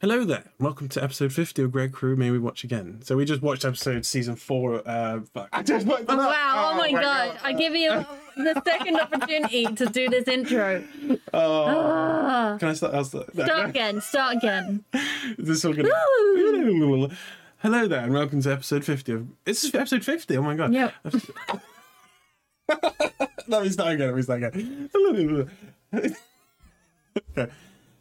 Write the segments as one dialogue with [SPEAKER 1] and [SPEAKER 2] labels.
[SPEAKER 1] Hello there. Welcome to episode 50 of Greg Crew. May we watch again? So we just watched episode season four. Uh, fuck. I just worked
[SPEAKER 2] Oh,
[SPEAKER 1] it up.
[SPEAKER 2] wow. Oh, my gosh. I give you the second opportunity to do this intro. Ah.
[SPEAKER 1] Can I start? I'll start. No,
[SPEAKER 2] Start
[SPEAKER 1] no.
[SPEAKER 2] again. Start again.
[SPEAKER 1] This is all gonna... Hello there and welcome to episode 50 of. It's episode 50. Oh my god.
[SPEAKER 2] Yep.
[SPEAKER 1] Let me start again. Let me start again. Hello there.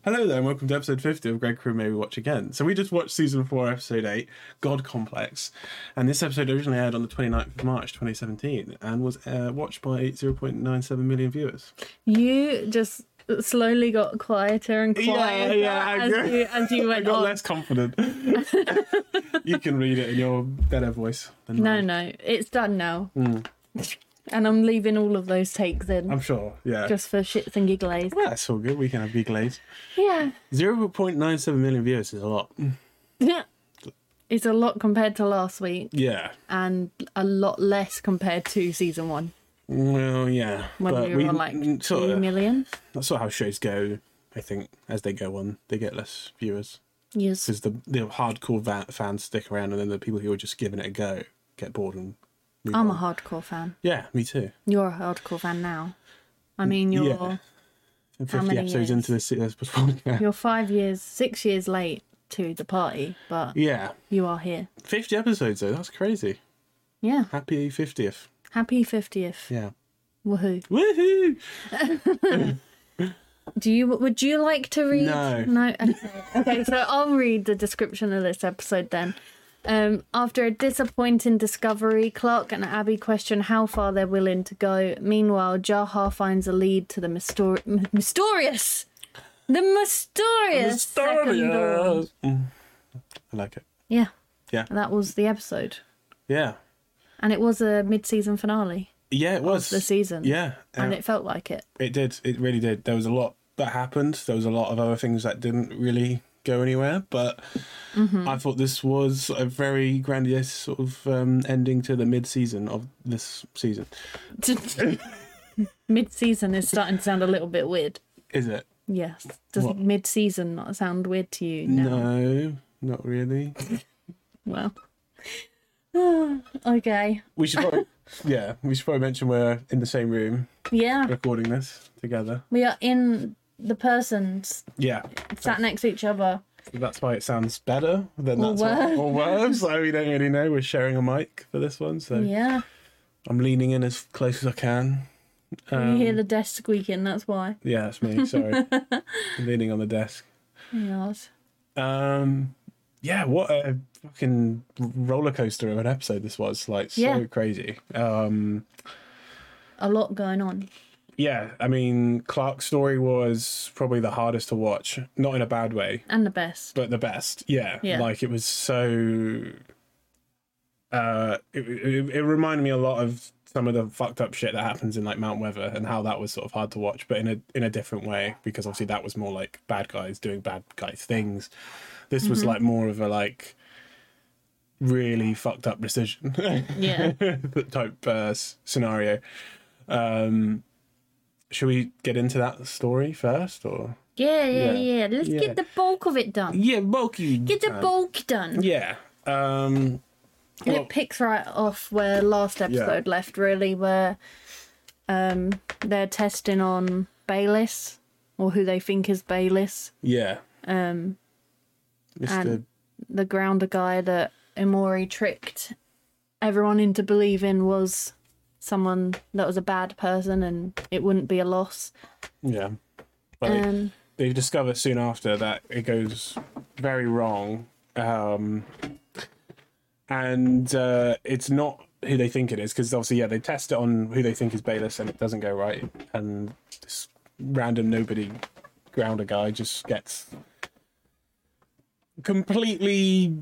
[SPEAKER 1] Hello there and welcome to episode 50 of Greg Crew May We Watch Again. So we just watched season 4, episode 8, God Complex. And this episode originally aired on the 29th of March 2017 and was uh, watched by 0.97 million viewers.
[SPEAKER 2] You just slowly got quieter and
[SPEAKER 1] Yeah,
[SPEAKER 2] quieter
[SPEAKER 1] yeah, I
[SPEAKER 2] as,
[SPEAKER 1] agree.
[SPEAKER 2] you, as you
[SPEAKER 1] I
[SPEAKER 2] went
[SPEAKER 1] got
[SPEAKER 2] on.
[SPEAKER 1] less confident. you can read it in your better voice than
[SPEAKER 2] No,
[SPEAKER 1] mine.
[SPEAKER 2] no. It's done now. And I'm leaving all of those takes in
[SPEAKER 1] Hmm. I'm sure, yeah.
[SPEAKER 2] just for shits and giggles.
[SPEAKER 1] Well, that's all good. We can have big glaze.
[SPEAKER 2] Yeah.
[SPEAKER 1] 0.97 million viewers is a lot.
[SPEAKER 2] It's a lot compared to last week
[SPEAKER 1] Yeah.
[SPEAKER 2] and a lot less compared to season one
[SPEAKER 1] Well, yeah.
[SPEAKER 2] when we were on like
[SPEAKER 1] mm, sort
[SPEAKER 2] 2
[SPEAKER 1] of,
[SPEAKER 2] million.
[SPEAKER 1] that's sort of how shows go. I think as they go on, they get less viewers
[SPEAKER 2] Yes.
[SPEAKER 1] because the the hardcore va- fans stick around, and then the people who are just giving it a go get bored and. Move
[SPEAKER 2] I'm
[SPEAKER 1] on.
[SPEAKER 2] a hardcore fan.
[SPEAKER 1] Yeah, me too.
[SPEAKER 2] You're a hardcore fan now. I mean,
[SPEAKER 1] yeah.
[SPEAKER 2] you're
[SPEAKER 1] And
[SPEAKER 2] How
[SPEAKER 1] 50
[SPEAKER 2] many
[SPEAKER 1] episodes
[SPEAKER 2] years?
[SPEAKER 1] into this, uh, this was- yeah.
[SPEAKER 2] you're five years, six years late to the party, but
[SPEAKER 1] yeah,
[SPEAKER 2] you are here.
[SPEAKER 1] 50 episodes though. That's crazy.
[SPEAKER 2] Yeah.
[SPEAKER 1] Happy 50th.
[SPEAKER 2] Happy fiftieth.
[SPEAKER 1] Yeah.
[SPEAKER 2] Woohoo!
[SPEAKER 1] Woohoo!
[SPEAKER 2] Do you would you like to read?
[SPEAKER 1] No.
[SPEAKER 2] No. Okay. okay, so I'll read the description of this episode then. Um, after a disappointing discovery, Clark and Abby question how far they're willing to go. Meanwhile, Jaha finds a lead to the mystori- m- mysterious, the mysterious, second dawn.
[SPEAKER 1] Mm. I like it.
[SPEAKER 2] Yeah.
[SPEAKER 1] Yeah.
[SPEAKER 2] That was the episode.
[SPEAKER 1] Yeah.
[SPEAKER 2] And it was a mid season finale,
[SPEAKER 1] Yeah, it was.
[SPEAKER 2] the season.
[SPEAKER 1] Yeah.
[SPEAKER 2] And
[SPEAKER 1] uh,
[SPEAKER 2] it felt like it.
[SPEAKER 1] It did. It really did. There was a lot that happened. There was a lot of other things that didn't really go anywhere. But
[SPEAKER 2] Mm-hmm.
[SPEAKER 1] I thought this was a very grandiose sort of um, ending to the mid-season of this season.
[SPEAKER 2] mid season is starting to sound a little bit weird.
[SPEAKER 1] Is it?
[SPEAKER 2] Yes. Does
[SPEAKER 1] What?
[SPEAKER 2] mid season not sound weird to you?
[SPEAKER 1] No, not really.
[SPEAKER 2] Well. okay.
[SPEAKER 1] We should probably, yeah, we should probably mention we're in the same room
[SPEAKER 2] Yeah.
[SPEAKER 1] recording this together.
[SPEAKER 2] We are in the persons
[SPEAKER 1] Yeah,
[SPEAKER 2] sat next to each other.
[SPEAKER 1] that's why it sounds better than
[SPEAKER 2] Or
[SPEAKER 1] that's what, or worse. So we don't really know. We're sharing a mic for this one, so
[SPEAKER 2] Yeah.
[SPEAKER 1] I'm leaning in as close as I can. um,
[SPEAKER 2] you hear the desk squeaking, that's why.
[SPEAKER 1] Yeah, that's me. Sorry, leaning on the desk.
[SPEAKER 2] Yes.
[SPEAKER 1] Um, yeah, what a fucking roller coaster of an episode this was. Like so
[SPEAKER 2] Yeah.
[SPEAKER 1] crazy. Um,
[SPEAKER 2] A lot going on.
[SPEAKER 1] yeah, I mean Clark's story was probably the hardest to watch, not in a bad way,
[SPEAKER 2] And the best.
[SPEAKER 1] but the best. Yeah,
[SPEAKER 2] Yeah.
[SPEAKER 1] like it was so. Uh, it, it, it reminded me a lot of some of the fucked up shit that happens in like Mount Weather and how that was sort of hard to watch, but in a in a different way because obviously that was more like bad guys doing bad guy things. This
[SPEAKER 2] Mm-hmm.
[SPEAKER 1] was like more of a like really fucked up decision
[SPEAKER 2] Yeah.
[SPEAKER 1] type uh, s- scenario. Um, should we get into that story first, or
[SPEAKER 2] Yeah,
[SPEAKER 1] Yeah.
[SPEAKER 2] yeah, yeah. Let's
[SPEAKER 1] Yeah. Uh,
[SPEAKER 2] get the bulk of it done.
[SPEAKER 1] yeah, bulky?
[SPEAKER 2] Get the bulk done.
[SPEAKER 1] Yeah. Um,
[SPEAKER 2] And
[SPEAKER 1] Well-
[SPEAKER 2] it picks right off where last episode left, really, where um, they're testing on Bayliss, or who they think is Bayliss,
[SPEAKER 1] yeah.
[SPEAKER 2] um,
[SPEAKER 1] Mr.
[SPEAKER 2] And- the grounder guy that Imori tricked everyone into believing was someone that was a bad person and it wouldn't be a loss.
[SPEAKER 1] yeah. But they-
[SPEAKER 2] Um,
[SPEAKER 1] they, discover soon after that it goes very wrong. Um, and uh, it's not who they think it is because obviously, yeah, they test it on who they think is Bayless and it doesn't go right. And this random nobody grounder guy just gets completely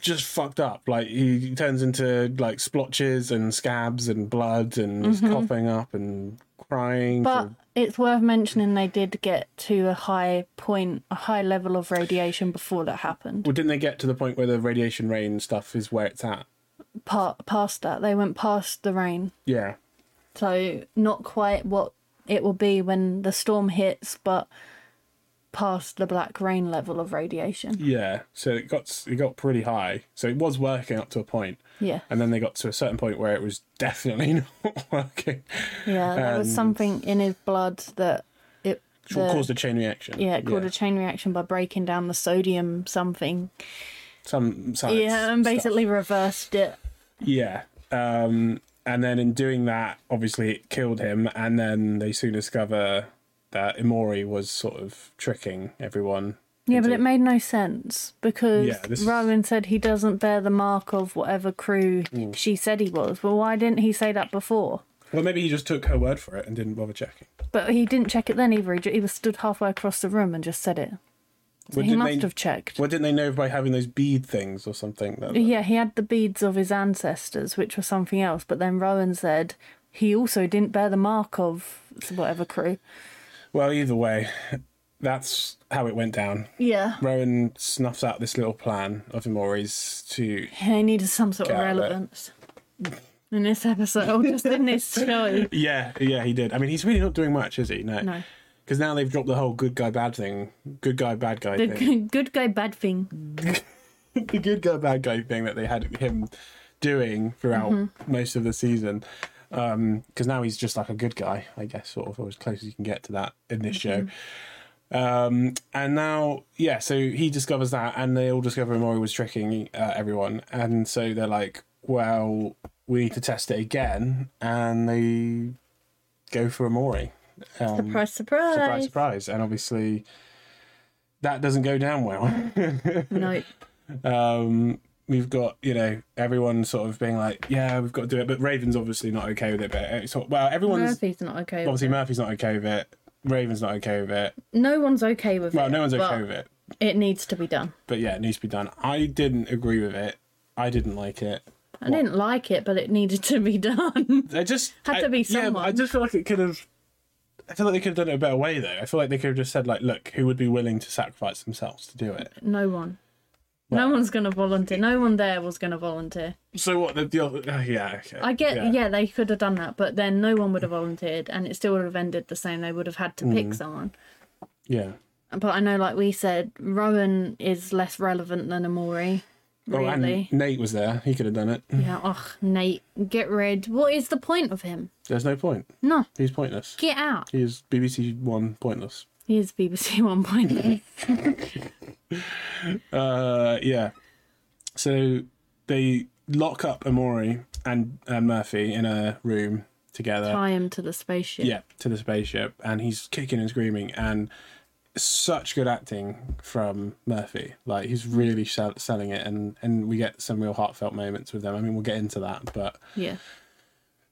[SPEAKER 1] just fucked up. Like he turns into like splotches and scabs and blood and is coughing up and crying.
[SPEAKER 2] but
[SPEAKER 1] for-
[SPEAKER 2] it's worth mentioning they did get to a high point, a high level of radiation before that happened.
[SPEAKER 1] well, didn't they get to the point where the radiation rain stuff is where it's at?
[SPEAKER 2] Pa- past that, they went past the rain.
[SPEAKER 1] Yeah,
[SPEAKER 2] So not quite what it will be when the storm hits, but past the black rain level of radiation.
[SPEAKER 1] Yeah, so it got s- it got pretty high. So it was working up to a point,
[SPEAKER 2] Yeah.
[SPEAKER 1] and then they got to a certain point where it was definitely not working,
[SPEAKER 2] Yeah, there was
[SPEAKER 1] And-
[SPEAKER 2] something in his blood that it
[SPEAKER 1] which will
[SPEAKER 2] the-
[SPEAKER 1] caused a chain reaction.
[SPEAKER 2] yeah, it caused a chain reaction by breaking down the sodium something.
[SPEAKER 1] some science.
[SPEAKER 2] yeah, and
[SPEAKER 1] stuff.
[SPEAKER 2] basically reversed it.
[SPEAKER 1] Yeah. Um, and then in doing that, obviously it killed him. And then they soon discover that Imori was sort of tricking everyone.
[SPEAKER 2] Yeah, but
[SPEAKER 1] into-
[SPEAKER 2] it made no sense because
[SPEAKER 1] Yeah, this is-
[SPEAKER 2] Rowan said he doesn't bear the mark of whatever crew she said he was. Well, why didn't he say that before?
[SPEAKER 1] Well, maybe he just took her word for it and didn't bother checking.
[SPEAKER 2] But he didn't check it then either. He, ju- he was stood halfway across the room and just said it.
[SPEAKER 1] Well,
[SPEAKER 2] he
[SPEAKER 1] didn't
[SPEAKER 2] must
[SPEAKER 1] they,
[SPEAKER 2] have checked.
[SPEAKER 1] Well, didn't they know by having those bead things or something? That,
[SPEAKER 2] Yeah, he had the beads of his ancestors, which was something else. But then Rowan said he also didn't bear the mark of whatever crew.
[SPEAKER 1] Well, either way, that's how it went down.
[SPEAKER 2] Yeah.
[SPEAKER 1] Rowan snuffs out this little plan of Imori's to.
[SPEAKER 2] He needed some sort of
[SPEAKER 1] Got it.
[SPEAKER 2] relevance in this episode, just in this show.
[SPEAKER 1] Yeah, yeah, he did. I mean, he's really not doing much, is he? No.
[SPEAKER 2] No.
[SPEAKER 1] Because now they've dropped the whole good guy, bad thing. Good guy, bad guy
[SPEAKER 2] The
[SPEAKER 1] thing.
[SPEAKER 2] good, good guy, bad thing.
[SPEAKER 1] the good guy bad guy thing that they had him doing throughout most of the season because now he's just like a good guy i guess sort of or as close as you can get to that in this show um, and now yeah so he discovers that and they all discover Mori was tricking uh, everyone and so they're like well we need to test it again and they go for Amori. Um,
[SPEAKER 2] Surprise, surprise.
[SPEAKER 1] surprise surprise and obviously that doesn't go down well
[SPEAKER 2] No,
[SPEAKER 1] um, we've got you know everyone sort of being like, yeah, we've got to do it, but Raven's obviously not okay with it. But it's all- well, everyone's
[SPEAKER 2] Murphy's not okay. With
[SPEAKER 1] obviously Murphy's not okay with it. Raven's not okay with it.
[SPEAKER 2] No one's okay with
[SPEAKER 1] Well,
[SPEAKER 2] it.
[SPEAKER 1] no one's
[SPEAKER 2] but
[SPEAKER 1] okay with it.
[SPEAKER 2] It needs to be done.
[SPEAKER 1] But yeah, it needs to be done. I didn't agree with it. I didn't like it.
[SPEAKER 2] I didn't like it, but it needed to be done.
[SPEAKER 1] I just
[SPEAKER 2] Had
[SPEAKER 1] I-
[SPEAKER 2] to be
[SPEAKER 1] Yeah, but I
[SPEAKER 2] someone.
[SPEAKER 1] just feel like it could have. I feel like they could have done it a better way though. I feel like they could have just said like, look, who would be willing to sacrifice themselves to do it?
[SPEAKER 2] no one.
[SPEAKER 1] Well-
[SPEAKER 2] no one's going to volunteer. No one there was going to volunteer.
[SPEAKER 1] So what the deal? Oh, yeah, okay.
[SPEAKER 2] I get, yeah. they could have done that, but then no one would have volunteered, and it still would have ended the same. They would have had to
[SPEAKER 1] Mm.
[SPEAKER 2] pick someone.
[SPEAKER 1] yeah.
[SPEAKER 2] But I know, like we said, Rowan is less relevant than Amori.
[SPEAKER 1] Oh,
[SPEAKER 2] Really?
[SPEAKER 1] and Nate was there. He could have done it.
[SPEAKER 2] yeah. Oh, Nate, get rid. What is the point of him?
[SPEAKER 1] There's no point.
[SPEAKER 2] No,
[SPEAKER 1] He's pointless.
[SPEAKER 2] get out.
[SPEAKER 1] He is BBC One pointless.
[SPEAKER 2] He is BBC One Point.
[SPEAKER 1] Uh, yeah. So they lock up Amori and, and Murphy in a room together.
[SPEAKER 2] Tie him to the spaceship.
[SPEAKER 1] Yeah, to the spaceship, and he's kicking and screaming, and such good acting from Murphy. Like he's really sell- selling it, and and we get some real heartfelt moments with them. I mean, we'll get into that, but
[SPEAKER 2] Yeah.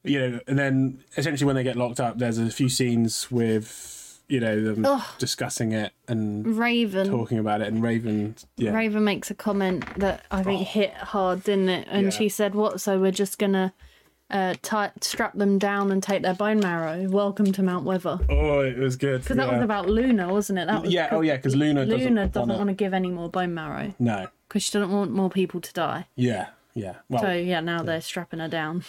[SPEAKER 1] you know, and then essentially when they get locked up, there's a few scenes with you know them
[SPEAKER 2] Ugh.
[SPEAKER 1] discussing it and
[SPEAKER 2] Raven.
[SPEAKER 1] talking about it, and Raven, yeah, Oh.
[SPEAKER 2] Raven makes a comment that I think hit hard, didn't it? And
[SPEAKER 1] Yeah.
[SPEAKER 2] she said, "What? So we're just gonna uh, tie strap them down and take their bone marrow? Welcome to Mount Weather."
[SPEAKER 1] Oh, it was good.
[SPEAKER 2] Because that was about Luna, wasn't it? That was
[SPEAKER 1] yeah, oh yeah, because Luna,
[SPEAKER 2] Luna
[SPEAKER 1] doesn't,
[SPEAKER 2] doesn't
[SPEAKER 1] wanna...
[SPEAKER 2] want to give any more bone marrow
[SPEAKER 1] No,
[SPEAKER 2] because she doesn't want more people to die.
[SPEAKER 1] yeah, Oh, yeah. Well,
[SPEAKER 2] So yeah, now they're strapping her down,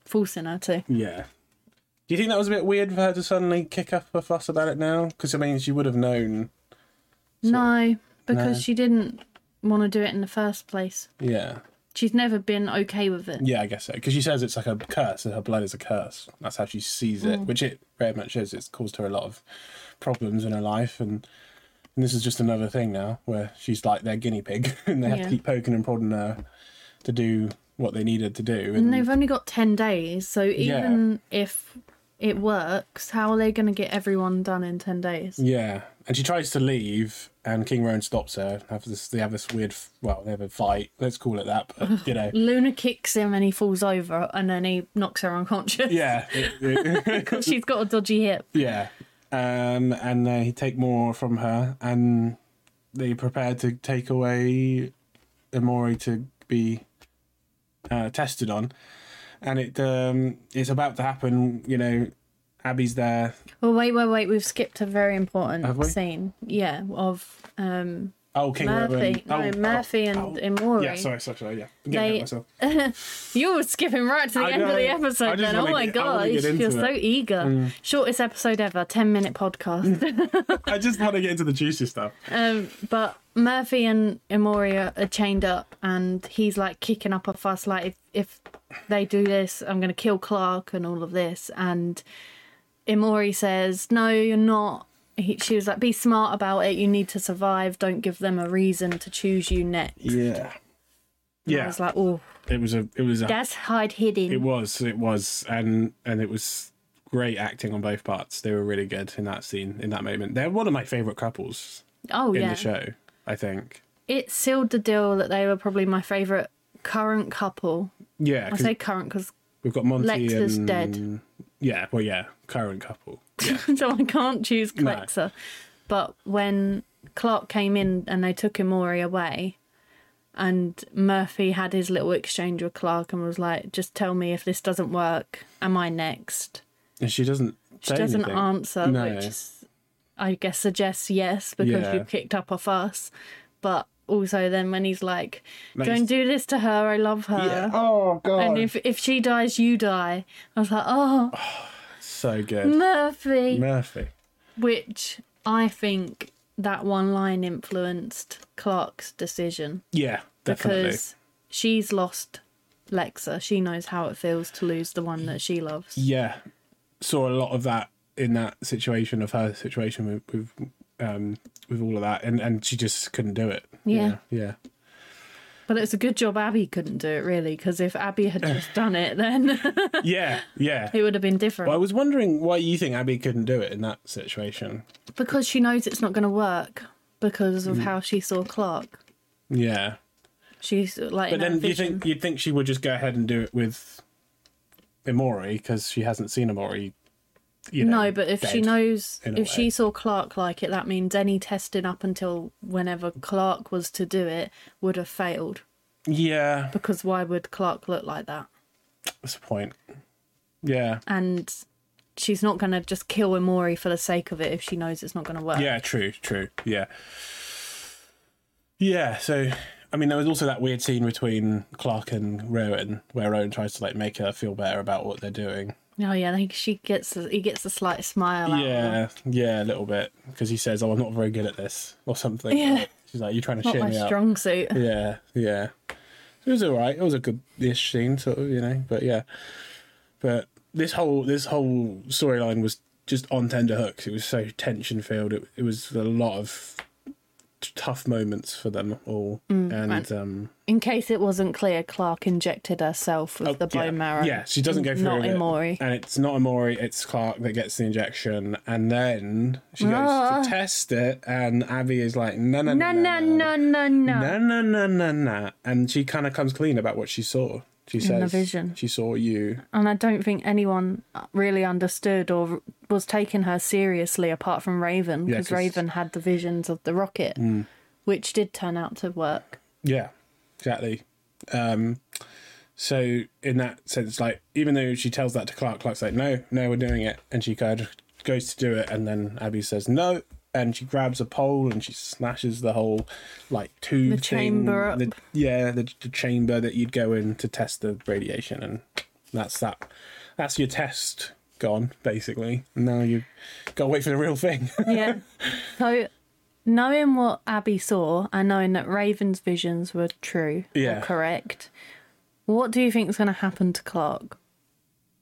[SPEAKER 2] forcing her to.
[SPEAKER 1] yeah. Do you think that was a bit weird for her to suddenly kick up a fuss about it now? Because I mean, she would have known.
[SPEAKER 2] no, because
[SPEAKER 1] No.
[SPEAKER 2] she didn't want to do it in the first place.
[SPEAKER 1] Yeah,
[SPEAKER 2] She's never been okay with it.
[SPEAKER 1] yeah, I guess so. Because she says it's like a curse, and her blood is a curse. That's how she sees
[SPEAKER 2] Mm.
[SPEAKER 1] it, which it very much is. It's caused her a lot of problems in her life, and. And this is just another thing now where she's like their guinea pig and they have
[SPEAKER 2] Yeah.
[SPEAKER 1] to keep poking and prodding her to do what they needed to do.
[SPEAKER 2] And they've only got 10 days, so even if it works, how are they going to get everyone done in 10 days?
[SPEAKER 1] Yeah, and she tries to leave, and King Rowan stops her. Have this, they have this weird, f- well, they have a fight. Let's call it that, but you know,
[SPEAKER 2] Luna kicks him and he falls over and then he knocks her unconscious.
[SPEAKER 1] yeah, it- it-
[SPEAKER 2] 'Cause She's got a dodgy hip.
[SPEAKER 1] yeah. Um, and they take more from her, and they prepare to take away Amori to be uh, tested on, and it um, it's about to happen. You know, Abby's there.
[SPEAKER 2] Well, wait, wait, wait. We've skipped a very important
[SPEAKER 1] Have we?
[SPEAKER 2] scene. Yeah, of um,
[SPEAKER 1] Oh, King
[SPEAKER 2] Murphy.
[SPEAKER 1] Ribbon.
[SPEAKER 2] No,
[SPEAKER 1] oh,
[SPEAKER 2] Murphy and
[SPEAKER 1] oh.
[SPEAKER 2] Imori.
[SPEAKER 1] Yeah, sorry, sorry, sorry. Yeah, I'm
[SPEAKER 2] They-
[SPEAKER 1] getting ahead of myself.
[SPEAKER 2] You were skipping right to the
[SPEAKER 1] I
[SPEAKER 2] end of
[SPEAKER 1] know.
[SPEAKER 2] the
[SPEAKER 1] I just
[SPEAKER 2] episode then. Oh
[SPEAKER 1] wanna
[SPEAKER 2] my
[SPEAKER 1] get- I wanna
[SPEAKER 2] god,
[SPEAKER 1] get into
[SPEAKER 2] you're so
[SPEAKER 1] it. Mm.
[SPEAKER 2] eager. Shortest episode ever, 10 minute podcast.
[SPEAKER 1] I just want to get into the juicy stuff.
[SPEAKER 2] um, but Murphy and Imori are- are chained up and he's like kicking up a fuss like, if, if they do this, I'm going to kill Clark and all of this. And Imori says, No, you're not. He, she was like, Be smart about it. You need to survive. Don't give them a reason to choose you next.
[SPEAKER 1] Yeah,
[SPEAKER 2] I
[SPEAKER 1] yeah.
[SPEAKER 2] was like, Oh,
[SPEAKER 1] It was a, it was a
[SPEAKER 2] that's hide hidden.
[SPEAKER 1] It was, it was, and and it was great acting on both parts. They were really good in that scene, in that moment. They're one of my favorite couples
[SPEAKER 2] oh,
[SPEAKER 1] in
[SPEAKER 2] yeah.
[SPEAKER 1] the show. I think.
[SPEAKER 2] it sealed the deal that they were probably my favorite current couple.
[SPEAKER 1] Yeah,
[SPEAKER 2] I
[SPEAKER 1] 'cause
[SPEAKER 2] say current because
[SPEAKER 1] we've got Monty
[SPEAKER 2] Lexa's
[SPEAKER 1] and
[SPEAKER 2] dead.
[SPEAKER 1] Yeah, well, yeah, current couple.
[SPEAKER 2] so I can't choose
[SPEAKER 1] No.
[SPEAKER 2] Clexa. But when Clark came in and they took Imori away, and Murphy had his little exchange with Clark and was like, "Just tell me if this doesn't work, am I next?"
[SPEAKER 1] And she doesn't.
[SPEAKER 2] She doesn't
[SPEAKER 1] anything.
[SPEAKER 2] answer,
[SPEAKER 1] No.
[SPEAKER 2] which is, I guess suggests yes because
[SPEAKER 1] Yeah.
[SPEAKER 2] you kicked up a fuss. But also, then when he's like,
[SPEAKER 1] Like,
[SPEAKER 2] "Don't do this to her, I love her."
[SPEAKER 1] Yeah. Oh
[SPEAKER 2] And
[SPEAKER 1] god.
[SPEAKER 2] if if she dies, you die. I was like, oh,
[SPEAKER 1] so good,
[SPEAKER 2] Murphy.
[SPEAKER 1] Murphy.
[SPEAKER 2] Which I think that one line influenced Clark's decision
[SPEAKER 1] Yeah, definitely.
[SPEAKER 2] because she's lost Lexa. She knows how it feels to lose the one that she loves.
[SPEAKER 1] yeah saw a lot of that in that situation of her situation with, with um with all of that and and she just couldn't do it
[SPEAKER 2] Yeah.
[SPEAKER 1] yeah
[SPEAKER 2] But it's a good job Abby couldn't do it, really, because if Abby had just done it, then
[SPEAKER 1] yeah yeah, yeah.
[SPEAKER 2] it would have been different.
[SPEAKER 1] Well, I was wondering why you think Abby couldn't do it in that situation.
[SPEAKER 2] because she knows it's not going to work because
[SPEAKER 1] Mm.
[SPEAKER 2] of how she saw Clark.
[SPEAKER 1] Yeah,
[SPEAKER 2] She's like,
[SPEAKER 1] but
[SPEAKER 2] in her
[SPEAKER 1] then you
[SPEAKER 2] vision.
[SPEAKER 1] think you'd think she would just go ahead and do it with Imori because she hasn't seen Imori. You know,
[SPEAKER 2] no, but if she
[SPEAKER 1] dead.
[SPEAKER 2] knows,
[SPEAKER 1] in
[SPEAKER 2] if
[SPEAKER 1] a way.
[SPEAKER 2] she saw Clark like it, that means any testing up until whenever Clark was to do it would have failed.
[SPEAKER 1] yeah,
[SPEAKER 2] Because why would Clark look like that?
[SPEAKER 1] that's the point. Yeah,
[SPEAKER 2] And she's not going to just kill Imori for the sake of it if she knows it's not going to work.
[SPEAKER 1] Yeah, true, true. Yeah. Yeah, so I mean there was also that weird scene between Clark and Rowan where Rowan tries to like make her feel better about what they're doing.
[SPEAKER 2] Oh yeah, I think she gets a, he gets a slight smile. out of her.
[SPEAKER 1] Yeah, yeah, a little bit because he says, "Oh, I'm not very good at this" or something.
[SPEAKER 2] Yeah.
[SPEAKER 1] She's like, "You're trying to
[SPEAKER 2] not
[SPEAKER 1] cheer
[SPEAKER 2] my
[SPEAKER 1] me up."
[SPEAKER 2] strong suit.
[SPEAKER 1] Yeah, yeah. It was alright. It was a good-ish scene, sort of, you know. But yeah, but this whole this whole storyline was just on tender hooks. It was so tension filled. It it was a lot of t- tough moments for them all.
[SPEAKER 2] Mm,
[SPEAKER 1] and um,
[SPEAKER 2] In case it wasn't clear, Clark injected herself with
[SPEAKER 1] oh,
[SPEAKER 2] the bone
[SPEAKER 1] yeah,
[SPEAKER 2] marrow.
[SPEAKER 1] Yeah, she doesn't go through
[SPEAKER 2] Not
[SPEAKER 1] with it.
[SPEAKER 2] Imori.
[SPEAKER 1] and it's not Amori. It's Clark that gets the injection, and then she goes
[SPEAKER 2] Ah.
[SPEAKER 1] to test it, and Abby is like, "No, no,
[SPEAKER 2] No, no, no, no, no.
[SPEAKER 1] no, no, no, no, no. And she kind of comes clean about what she saw. She says,
[SPEAKER 2] the vision.
[SPEAKER 1] She saw you.
[SPEAKER 2] and I don't think anyone really understood or was taking her seriously apart from Raven
[SPEAKER 1] Yeah,
[SPEAKER 2] because
[SPEAKER 1] 'cause- Mm.
[SPEAKER 2] Raven had the visions of the rocket, which did turn out to work.
[SPEAKER 1] Yeah, exactly. Um, so, in that sense, like, even though she tells that to Clark, Clark's like, no, no, we're doing it. And she kind of goes to do it. And then Abby says, no. And she grabs a pole and she smashes the whole, like, tube
[SPEAKER 2] The
[SPEAKER 1] thing.
[SPEAKER 2] chamber up.
[SPEAKER 1] The, yeah, the, the chamber that you'd go in to test the radiation. And that's that. That's your test gone, basically. Now you've got to wait for the real thing.
[SPEAKER 2] Yeah. so, knowing what Abby saw and knowing that Raven's visions were true
[SPEAKER 1] Yeah.
[SPEAKER 2] or correct, what do you think is going to happen to Clark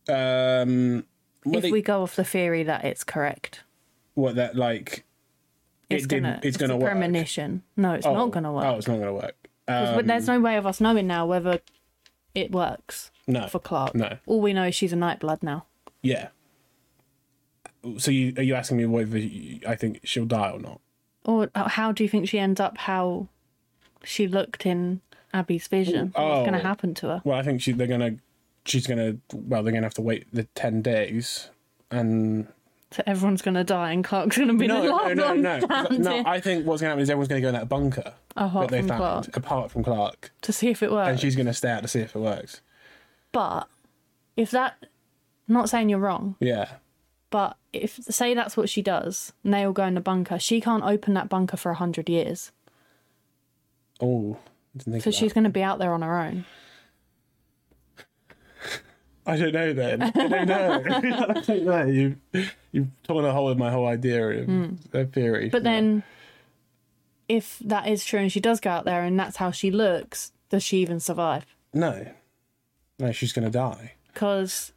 [SPEAKER 1] Um, what,
[SPEAKER 2] if
[SPEAKER 1] they-
[SPEAKER 2] we go off the theory that it's correct?
[SPEAKER 1] what that like?
[SPEAKER 2] It's
[SPEAKER 1] it didn't-
[SPEAKER 2] gonna.
[SPEAKER 1] it's
[SPEAKER 2] It's,
[SPEAKER 1] gonna
[SPEAKER 2] a
[SPEAKER 1] work.
[SPEAKER 2] premonition. No, it's not gonna work.
[SPEAKER 1] Oh, it's not gonna work. Uh,
[SPEAKER 2] 'Cause we- there's no way of us knowing now whether it works.
[SPEAKER 1] no,
[SPEAKER 2] for Clark.
[SPEAKER 1] No.
[SPEAKER 2] All we know is she's a nightblood now.
[SPEAKER 1] yeah. So you are you asking me whether you- I think she'll die or not?
[SPEAKER 2] Or uh, how do you think she ends up how she looked in Abby's vision? What's going
[SPEAKER 1] oh.
[SPEAKER 2] to happen to her?
[SPEAKER 1] Well, I think she they're gonna she's gonna well they're gonna have to wait the ten days and
[SPEAKER 2] So everyone's going to die and Clark's going to be the last
[SPEAKER 1] no,
[SPEAKER 2] one
[SPEAKER 1] no, no,
[SPEAKER 2] standing
[SPEAKER 1] no. I think what's gonna happen is everyone's gonna go in that bunker
[SPEAKER 2] Apart
[SPEAKER 1] that they
[SPEAKER 2] from
[SPEAKER 1] found
[SPEAKER 2] Clark.
[SPEAKER 1] apart from Clark,
[SPEAKER 2] to see if it works.
[SPEAKER 1] and she's gonna stay out to see if it works.
[SPEAKER 2] But if that, not saying you're wrong,
[SPEAKER 1] Yeah,
[SPEAKER 2] but if say that's what she does, and they all go in the bunker, she can't open that bunker for a hundred years.
[SPEAKER 1] Oh, I didn't think
[SPEAKER 2] because
[SPEAKER 1] of
[SPEAKER 2] she's going to be out there on her own.
[SPEAKER 1] that. I don't know. Then I don't know. I don't know. You you've torn a hole in my whole idea of of theory.
[SPEAKER 2] Hmm. But then, if that is true and she does go out there and that's how she looks, does she even survive?
[SPEAKER 1] no, no, she's gonna die.
[SPEAKER 2] Because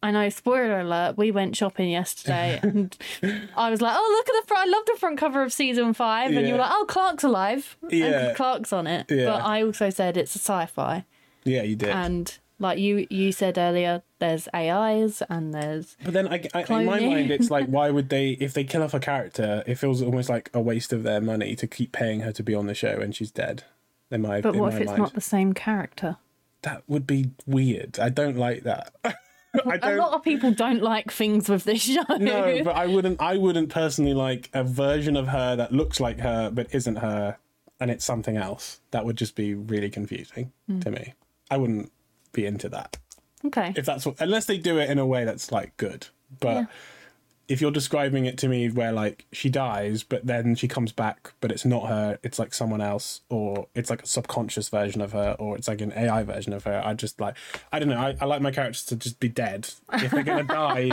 [SPEAKER 2] I know, spoiler alert, we went shopping yesterday and I was like, oh, look at the front. I love the front cover of season five. And you were
[SPEAKER 1] Yeah.
[SPEAKER 2] like, oh, Clark's alive.
[SPEAKER 1] Yeah.
[SPEAKER 2] And Clark's on it.
[SPEAKER 1] Yeah.
[SPEAKER 2] But I also said it's a sci fi.
[SPEAKER 1] Yeah, you did.
[SPEAKER 2] And like you, you said earlier, there's AIs and there's.
[SPEAKER 1] But then, I, I, in my
[SPEAKER 2] Cloning.
[SPEAKER 1] mind, it's like, why would they? If they kill off a character, it feels almost like a waste of their money to keep paying her to be on the show and she's dead. In my,
[SPEAKER 2] But
[SPEAKER 1] in
[SPEAKER 2] what
[SPEAKER 1] my
[SPEAKER 2] if it's
[SPEAKER 1] mind,
[SPEAKER 2] not the same character?
[SPEAKER 1] that would be weird. I don't like that. I
[SPEAKER 2] A
[SPEAKER 1] don't.
[SPEAKER 2] lot of people don't like things with this show.
[SPEAKER 1] No, but I wouldn't. I wouldn't personally like a version of her that looks like her but isn't her, and it's something else. That would just be really confusing
[SPEAKER 2] Hmm.
[SPEAKER 1] to me. I wouldn't be into that.
[SPEAKER 2] okay.
[SPEAKER 1] if that's what unless they do it in a way that's like good but
[SPEAKER 2] Yeah.
[SPEAKER 1] if you're describing it to me where like she dies but then she comes back but it's not her it's like someone else or it's like a subconscious version of her or it's like an ai version of her i just like i don't know i, I like my characters to just be dead if they're gonna die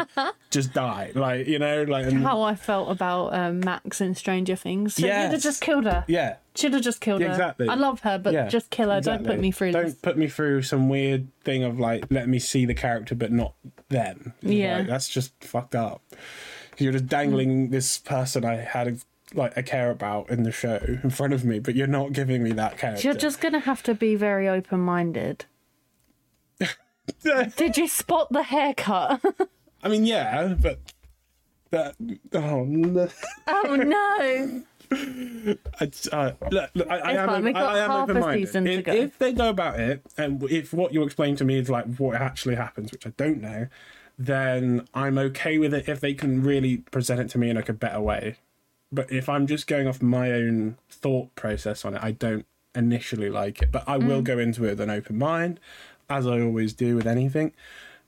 [SPEAKER 1] just die like you know like and-
[SPEAKER 2] how I felt about um, Max in Stranger Things. So
[SPEAKER 1] Yes.
[SPEAKER 2] you'd have just killed her.
[SPEAKER 1] yeah
[SPEAKER 2] Should have just killed
[SPEAKER 1] Yeah, exactly.
[SPEAKER 2] her. I love her, but
[SPEAKER 1] yeah
[SPEAKER 2] just kill her. Don't put
[SPEAKER 1] exactly.
[SPEAKER 2] me through
[SPEAKER 1] don't
[SPEAKER 2] this.
[SPEAKER 1] put me through some weird thing of like let me see the character but not them
[SPEAKER 2] Yeah. Mm.
[SPEAKER 1] Like, that's just fucked up you're just dangling this person i had a, like i care about in the show in front of me but you're not giving me that character
[SPEAKER 2] You're just gonna have to be very open minded. Did you spot the haircut?
[SPEAKER 1] i mean yeah but that oh no
[SPEAKER 2] oh no!
[SPEAKER 1] I, uh, look, look, I, I
[SPEAKER 2] It's
[SPEAKER 1] am,
[SPEAKER 2] fine, we've
[SPEAKER 1] I,
[SPEAKER 2] got
[SPEAKER 1] I am
[SPEAKER 2] half a
[SPEAKER 1] open-minded.
[SPEAKER 2] season to
[SPEAKER 1] If,
[SPEAKER 2] go.
[SPEAKER 1] if they go about it, and if what you explain to me is like what actually happens, which I don't know, then I'm okay with it if they can really present it to me in like a better way. But if I'm just going off my own thought process on it, I don't initially like it. But I
[SPEAKER 2] Mm.
[SPEAKER 1] will go into it with an open mind, as I always do with anything,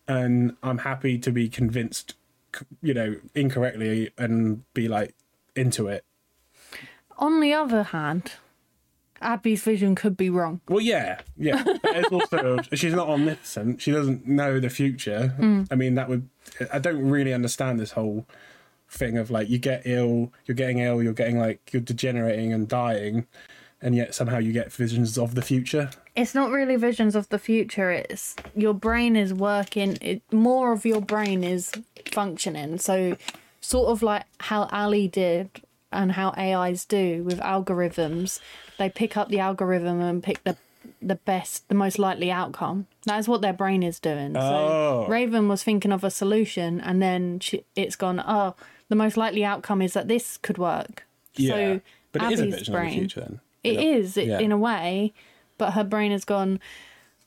[SPEAKER 1] and I'm happy to be convinced, c- you know, incorrectly and be like into it
[SPEAKER 2] On the other hand, Abby's vision could be wrong.
[SPEAKER 1] Well, yeah, yeah. That is also she's not omniscient. She doesn't know the future. I mean, that would. I don't really understand this whole thing of like you get ill, you're getting ill, you're getting like you're degenerating and dying, and yet somehow you get visions of the future.
[SPEAKER 2] It's not really visions of the future. It's your brain is working. It, more of your brain is functioning. So, sort of like how Ali did and how AIs do with algorithms, they pick up the algorithm and pick the the best, the most likely outcome. That is what their brain is doing.
[SPEAKER 1] Oh.
[SPEAKER 2] So Raven was thinking of a solution, and then she, it's gone. Oh, the most likely outcome is that this could work. so
[SPEAKER 1] but
[SPEAKER 2] Abby's
[SPEAKER 1] it is a vision
[SPEAKER 2] brain.
[SPEAKER 1] of the future then.
[SPEAKER 2] It is i-
[SPEAKER 1] Yeah.
[SPEAKER 2] in a way, but her brain has gone.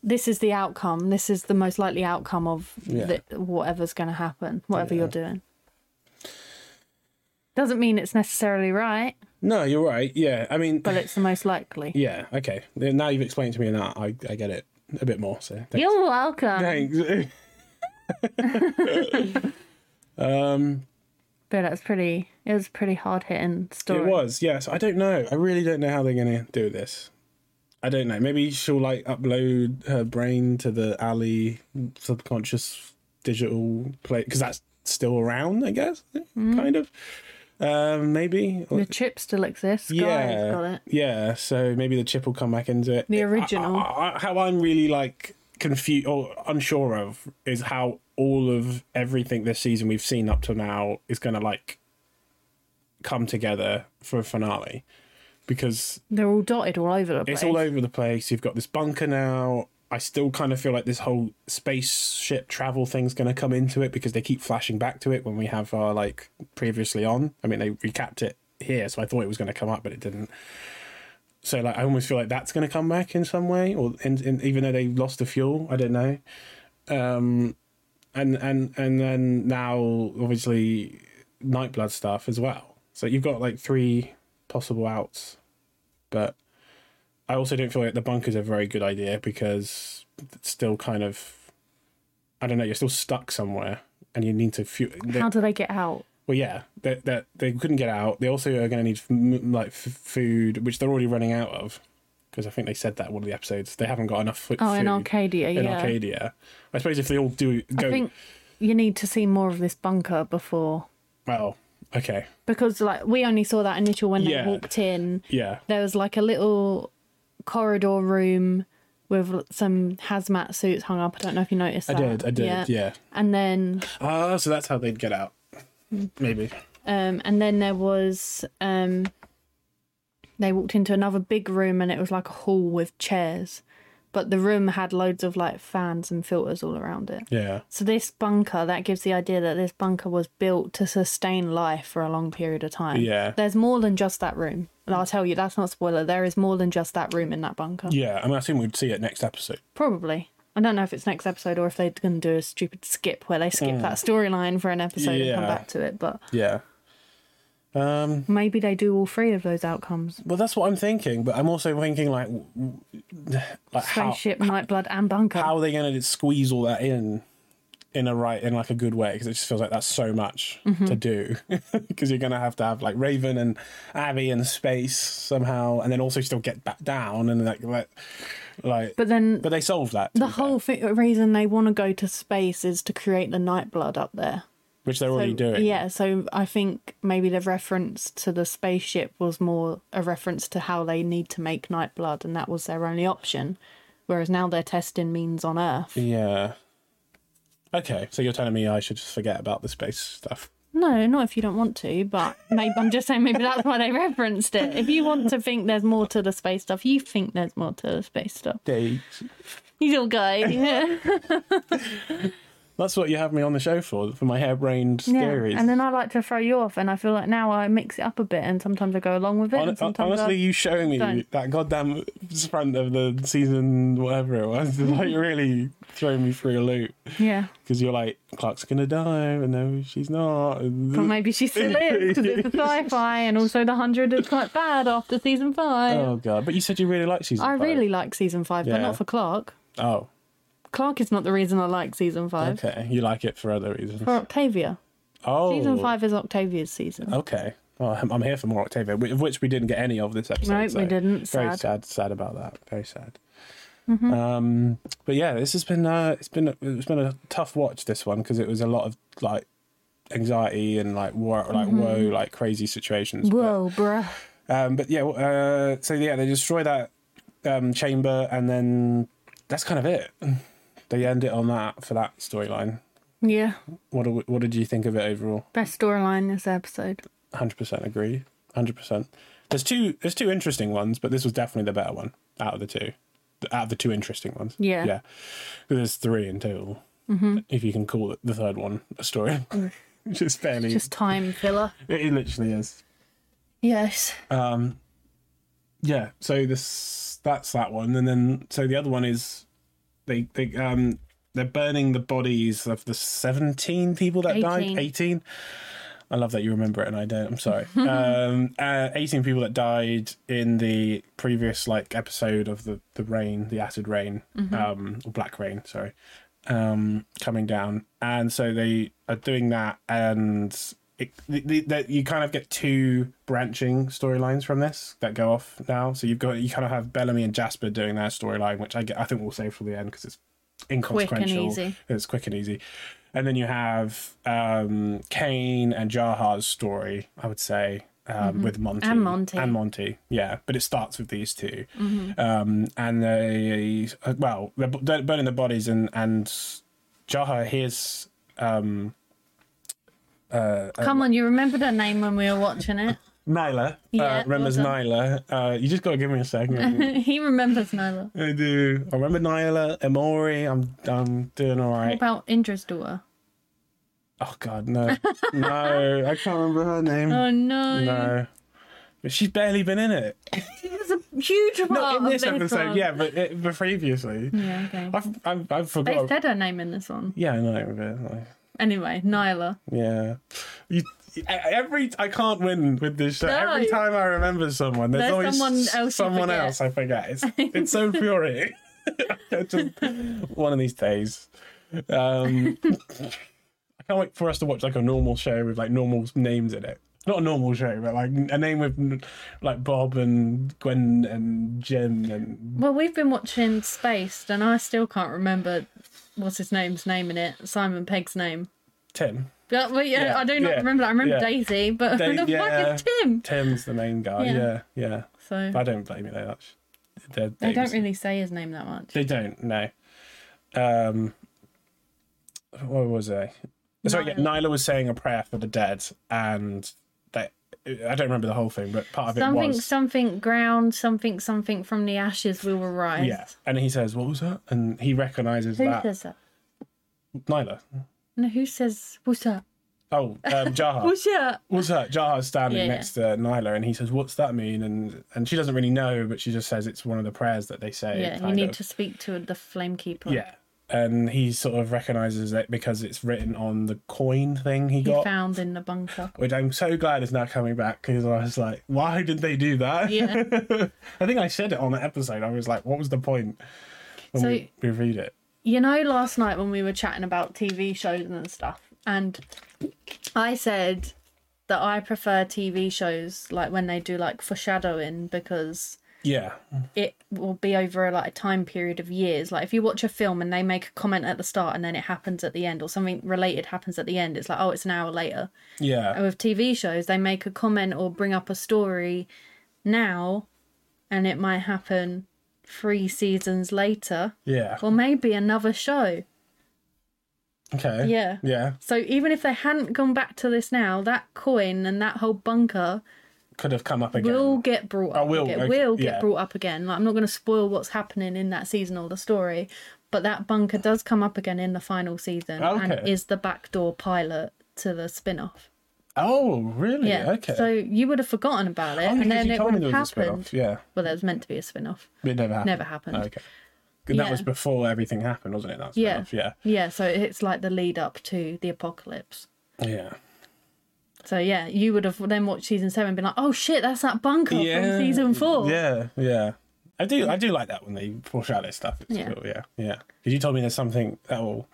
[SPEAKER 2] This is the outcome. This is the most likely outcome of
[SPEAKER 1] Yeah.
[SPEAKER 2] th- whatever's going to happen, whatever you're doing. Doesn't mean it's necessarily right,
[SPEAKER 1] No, you're right. Yeah, I mean,
[SPEAKER 2] but it's the most likely.
[SPEAKER 1] yeah. Okay, now you've explained to me that I I get it a bit more. So thank
[SPEAKER 2] You're welcome.
[SPEAKER 1] Thanks. um.
[SPEAKER 2] But that's pretty. It was a pretty hard hitting story.
[SPEAKER 1] It was, yes. I don't know. I really don't know how they're going to do this. I don't know. Maybe she'll like upload her brain to the Ali subconscious digital play because that's still around, I guess, eh, kind of. Um, maybe.
[SPEAKER 2] The chip still exists. Guy's got
[SPEAKER 1] yeah,
[SPEAKER 2] it.
[SPEAKER 1] yeah. So maybe the chip will come back into it.
[SPEAKER 2] The original.
[SPEAKER 1] I- I- I- how I'm really like confused or unsure of is how all of everything this season we've seen up to now is going to like come together for a finale because
[SPEAKER 2] They're all dotted all over the place.
[SPEAKER 1] it's all over the place. You've got this bunker now. I still kind of feel like this whole spaceship travel thing's going to come into it because they keep flashing back to it when we have our like previously on. I mean, they recapped it here, so I thought it was going to come up, but it didn't. So like, I almost feel like that's going to come back in some way, or in, in, even though they lost the fuel, I don't know. Um, and and and then now obviously Nightblood stuff as well. So you've got like three possible outs, but I also don't feel like the bunker's a very good idea because it's still kind of, I don't know, you're still stuck somewhere and you need to fuel.
[SPEAKER 2] How do they get out?
[SPEAKER 1] Well, yeah, that that they couldn't get out. They also are going to need f- m- like f- food, which they're already running out of. because I think they said that in one of the episodes. They haven't got enough food
[SPEAKER 2] Oh, in Arcadia,
[SPEAKER 1] in
[SPEAKER 2] yeah.
[SPEAKER 1] Arcadia. I suppose if they all do go
[SPEAKER 2] I think you need to see more of this bunker before
[SPEAKER 1] well, okay,
[SPEAKER 2] because like we only saw that initial when
[SPEAKER 1] Yeah.
[SPEAKER 2] they walked in.
[SPEAKER 1] yeah,
[SPEAKER 2] There was like a little corridor room with some hazmat suits hung up. I don't know if you noticed.
[SPEAKER 1] I
[SPEAKER 2] that.
[SPEAKER 1] did, I did, yeah.
[SPEAKER 2] And then,
[SPEAKER 1] Ah, so that's how they'd get out, maybe.
[SPEAKER 2] um, and then there was um. They walked into another big room and it was like a hall with chairs, but the room had loads of like fans and filters all around it.
[SPEAKER 1] Yeah,
[SPEAKER 2] So this bunker that gives the idea that this bunker was built to sustain life for a long period of time.
[SPEAKER 1] Yeah.
[SPEAKER 2] There's more than just that room. And I'll tell you that's not spoiler. There is more than just that room in that bunker.
[SPEAKER 1] yeah. I mean, I assume we'd see it next episode.
[SPEAKER 2] Probably. I don't know if it's next episode or if they're going to do a stupid skip where they skip that storyline for an episode and come
[SPEAKER 1] Hmm. Yeah.
[SPEAKER 2] back to it, but
[SPEAKER 1] Yeah. Um.
[SPEAKER 2] maybe they do all three of those outcomes.
[SPEAKER 1] Well, that's what I'm thinking, but I'm also thinking like, w- w- like how
[SPEAKER 2] Spaceship, Nightblood and Bunker.
[SPEAKER 1] how are they going to squeeze all that in in a right in like a good way because it just feels like that's so much
[SPEAKER 2] Mm-hmm.
[SPEAKER 1] to do because you're going to have to have like raven and abby and space somehow and then also still get back down and like like, like but,
[SPEAKER 2] but then
[SPEAKER 1] they solved that to
[SPEAKER 2] the
[SPEAKER 1] be fair,
[SPEAKER 2] whole thi- reason they want to go to space is to create the Nightblood up there.
[SPEAKER 1] which they're already
[SPEAKER 2] So,
[SPEAKER 1] doing
[SPEAKER 2] Yeah, so I think maybe the reference to the spaceship was more a reference to how they need to make Nightblood, and that was their only option. Whereas now they're testing means on Earth.
[SPEAKER 1] yeah okay so you're telling me i should just forget about the space stuff
[SPEAKER 2] No, not if you don't want to, but maybe I'm just saying maybe that's why they referenced it. If you want to think there's more to the space stuff, you think there's more to the space stuff.
[SPEAKER 1] They-
[SPEAKER 2] You little guy. Yeah.
[SPEAKER 1] that's what you have me on the show for for my harebrained theories
[SPEAKER 2] And then I like to throw you off, and I feel like now I mix it up a bit, and sometimes I go along with it,
[SPEAKER 1] Hon-
[SPEAKER 2] and sometimes
[SPEAKER 1] honestly,
[SPEAKER 2] I.
[SPEAKER 1] you showing me
[SPEAKER 2] don't.
[SPEAKER 1] that goddamn front of the season, whatever it was, like really throwing me through a loop
[SPEAKER 2] Yeah.
[SPEAKER 1] because you're like, Clark's gonna die, and no, she's not.
[SPEAKER 2] But
[SPEAKER 1] And
[SPEAKER 2] maybe she still is because it's a sci-fi, and also the hundred is quite bad after season five.
[SPEAKER 1] oh god! But you said you really like Oh, season.
[SPEAKER 2] I
[SPEAKER 1] five.
[SPEAKER 2] really like season five, but
[SPEAKER 1] Yeah.
[SPEAKER 2] not for Clark.
[SPEAKER 1] Oh,
[SPEAKER 2] Clark is not the reason I like season five.
[SPEAKER 1] okay. You like it for other reasons.
[SPEAKER 2] For Octavia,
[SPEAKER 1] oh,
[SPEAKER 2] season five is Octavia's season.
[SPEAKER 1] Okay. Well, I'm, I'm here for more Octavia, whi- of which we didn't get any of this episode.
[SPEAKER 2] Nope, we didn't.
[SPEAKER 1] Very
[SPEAKER 2] Sad. Mm-hmm.
[SPEAKER 1] sad. Sad about that. Very sad. Um, but yeah, this has been uh, it's been a, it's been a tough watch this one because it was a lot of like anxiety and like wor- like
[SPEAKER 2] Mm-hmm.
[SPEAKER 1] whoa like crazy situations. but-
[SPEAKER 2] Whoa, bruh!
[SPEAKER 1] um, but yeah, uh, so yeah, they destroy that um, chamber and then that's kind of it. They end it on that for that storyline.
[SPEAKER 2] Yeah,
[SPEAKER 1] What do we- what did you think of it overall?
[SPEAKER 2] best storyline this episode.
[SPEAKER 1] hundred percent agree. Hundred percent. There's two. There's two interesting ones, but this was definitely the better one out of the two. Out of the two interesting ones.
[SPEAKER 2] Yeah. Mm-hmm.
[SPEAKER 1] Yeah. 'Cause There's three in total. If you can call it the third one a story, which is fairly.
[SPEAKER 2] Just time filler.
[SPEAKER 1] it, it literally is.
[SPEAKER 2] Yes.
[SPEAKER 1] Um. Yeah. So this that's that one, and then so the other one is they they um they're burning the bodies of the seventeen people that died.
[SPEAKER 2] Eighteen.
[SPEAKER 1] Eighteen. I love that you remember it and I don't. I'm sorry. um, uh, 18 people that died in the previous like episode of the the rain, the acid rain, um, or black rain. Sorry, um, coming down, and so they are doing that, and it, the, the, that you kind of get two branching storylines from this that go off now. So you've got you kind of have Bellamy and Jasper doing their storyline, which I get, I think we'll save for the end because it's inconsequential.
[SPEAKER 2] easy.
[SPEAKER 1] It's quick and easy. And then you have um, Kane and Jaha's story, I would say, um, with Monty.
[SPEAKER 2] Mm-hmm. And Monty. Mm-hmm.
[SPEAKER 1] And Monty, yeah. But it starts with these 2 Um, and they, uh, well, they're bu- they're burning the bodies, and, and Jaha hears. Um, uh, uh,
[SPEAKER 2] Come on, you remembered her name when we were watching it.
[SPEAKER 1] Nyla
[SPEAKER 2] Yeah,
[SPEAKER 1] uh, remembers
[SPEAKER 2] well
[SPEAKER 1] Nyla. Uh, you just got to give me a second.
[SPEAKER 2] he remembers Nyla.
[SPEAKER 1] I do. I remember Nyla, Amori. I'm I'm doing all
[SPEAKER 2] What
[SPEAKER 1] right.
[SPEAKER 2] about Indra's daughter?
[SPEAKER 1] Oh God, no, no, I can't remember her name.
[SPEAKER 2] Oh no,
[SPEAKER 1] No. But she's barely been in it.
[SPEAKER 2] she was a huge part
[SPEAKER 1] Not in
[SPEAKER 2] of
[SPEAKER 1] this episode,
[SPEAKER 2] one.
[SPEAKER 1] yeah, but, it, but previously.
[SPEAKER 2] Yeah. Okay.
[SPEAKER 1] I've, I've, I've
[SPEAKER 2] They
[SPEAKER 1] forgotten.
[SPEAKER 2] said her name in this one.
[SPEAKER 1] Yeah, I know, but like,
[SPEAKER 2] Anyway, Nyla.
[SPEAKER 1] yeah. You, e- every I can't win with this show.
[SPEAKER 2] No.
[SPEAKER 1] Every time I remember someone, there's,
[SPEAKER 2] There's
[SPEAKER 1] always
[SPEAKER 2] someone else you
[SPEAKER 1] someone
[SPEAKER 2] forget.
[SPEAKER 1] else I forget. It's, it's so infuriating. Just one of these days. Um, I can't wait for us to watch like a normal show with like normal names in it. not a normal show, but like a name with like Bob and Gwen and Jim and
[SPEAKER 2] Well, we've been watching Spaced, and I still can't remember what's his name's name in it. Simon Pegg's name.
[SPEAKER 1] Tim.
[SPEAKER 2] But, well, yeah,
[SPEAKER 1] Yeah,
[SPEAKER 2] I do not
[SPEAKER 1] yeah,
[SPEAKER 2] remember. that. I remember
[SPEAKER 1] yeah.
[SPEAKER 2] Daisy, but
[SPEAKER 1] Da-
[SPEAKER 2] who the
[SPEAKER 1] yeah.
[SPEAKER 2] fuck is Tim?
[SPEAKER 1] Tim's the main guy.
[SPEAKER 2] Yeah.
[SPEAKER 1] Yeah, yeah.
[SPEAKER 2] So
[SPEAKER 1] But I don't blame you that much. They're
[SPEAKER 2] they
[SPEAKER 1] babies.
[SPEAKER 2] don't really say his name that much.
[SPEAKER 1] They don't. No. Um. What was I? Sorry, yeah, Nyla was saying a prayer for the dead, and that I don't remember the whole thing, but part of it
[SPEAKER 2] Something,
[SPEAKER 1] was
[SPEAKER 2] something ground, something, something from the ashes we will rise.
[SPEAKER 1] yeah. And he says, "What was that?" And he recognizes
[SPEAKER 2] Who
[SPEAKER 1] that
[SPEAKER 2] says that?
[SPEAKER 1] Nyla.
[SPEAKER 2] No, who says what's that?
[SPEAKER 1] Oh, um, Jaha.
[SPEAKER 2] What's that?
[SPEAKER 1] What's that? Jaha's standing
[SPEAKER 2] Yeah,
[SPEAKER 1] next to Nyla, and he says, "What's that mean?" And and she doesn't really know, but she just says it's one of the prayers that they say.
[SPEAKER 2] Yeah, you
[SPEAKER 1] kind
[SPEAKER 2] need
[SPEAKER 1] of.
[SPEAKER 2] to speak to the flame keeper.
[SPEAKER 1] Yeah, and he sort of recognizes it because it's written on the coin thing he
[SPEAKER 2] he
[SPEAKER 1] got,
[SPEAKER 2] found in the bunker.
[SPEAKER 1] which I'm so glad is now coming back because I was like, why did they do that?
[SPEAKER 2] Yeah.
[SPEAKER 1] I think I said it on the episode. I was like, what was the point when
[SPEAKER 2] So-
[SPEAKER 1] we, we read it?
[SPEAKER 2] you know last night when we were chatting about tv shows and stuff and i said that i prefer tv shows like when they do like foreshadowing because
[SPEAKER 1] Yeah,
[SPEAKER 2] it will be over like a time period of years like if you watch a film and they make a comment at the start and then it happens at the end or something related happens at the end it's like oh it's an hour later
[SPEAKER 1] yeah,
[SPEAKER 2] and with tv shows they make a comment or bring up a story now and it might happen three seasons later
[SPEAKER 1] yeah.
[SPEAKER 2] or maybe another show
[SPEAKER 1] Okay.
[SPEAKER 2] yeah.
[SPEAKER 1] Yeah,
[SPEAKER 2] So even if they hadn't gone back to this now, that coin and that whole bunker
[SPEAKER 1] could have come up again.
[SPEAKER 2] will get brought up.
[SPEAKER 1] Oh, will,
[SPEAKER 2] again.
[SPEAKER 1] okay,
[SPEAKER 2] will get
[SPEAKER 1] yeah.
[SPEAKER 2] brought up again. Like, I'm not going to spoil what's happening in that season or the story, but that bunker does come up again in the final season and
[SPEAKER 1] Okay.
[SPEAKER 2] is the backdoor pilot to the spin-off.
[SPEAKER 1] Oh, really?
[SPEAKER 2] Yeah.
[SPEAKER 1] Okay.
[SPEAKER 2] So you would have forgotten about it,
[SPEAKER 1] Oh, because
[SPEAKER 2] and then
[SPEAKER 1] you
[SPEAKER 2] it
[SPEAKER 1] told
[SPEAKER 2] would
[SPEAKER 1] me
[SPEAKER 2] have
[SPEAKER 1] there was a
[SPEAKER 2] happened.
[SPEAKER 1] spin-off. Yeah,
[SPEAKER 2] Well, there was meant to be a spin-off.
[SPEAKER 1] but it never happened.
[SPEAKER 2] Never happened.
[SPEAKER 1] Okay. And
[SPEAKER 2] Yeah.
[SPEAKER 1] That was before everything happened, wasn't it? That
[SPEAKER 2] Yeah.
[SPEAKER 1] spin-off? yeah,
[SPEAKER 2] Yeah. So it's like the lead up to the apocalypse.
[SPEAKER 1] yeah.
[SPEAKER 2] So yeah, you would have then watched season seven, and been like, "Oh shit, that's that bunker from season four.
[SPEAKER 1] Yeah, yeah. I do, I do like that when they foreshadow stuff. It's
[SPEAKER 2] Yeah.
[SPEAKER 1] cool, yeah, yeah. Because you told me there's something that will.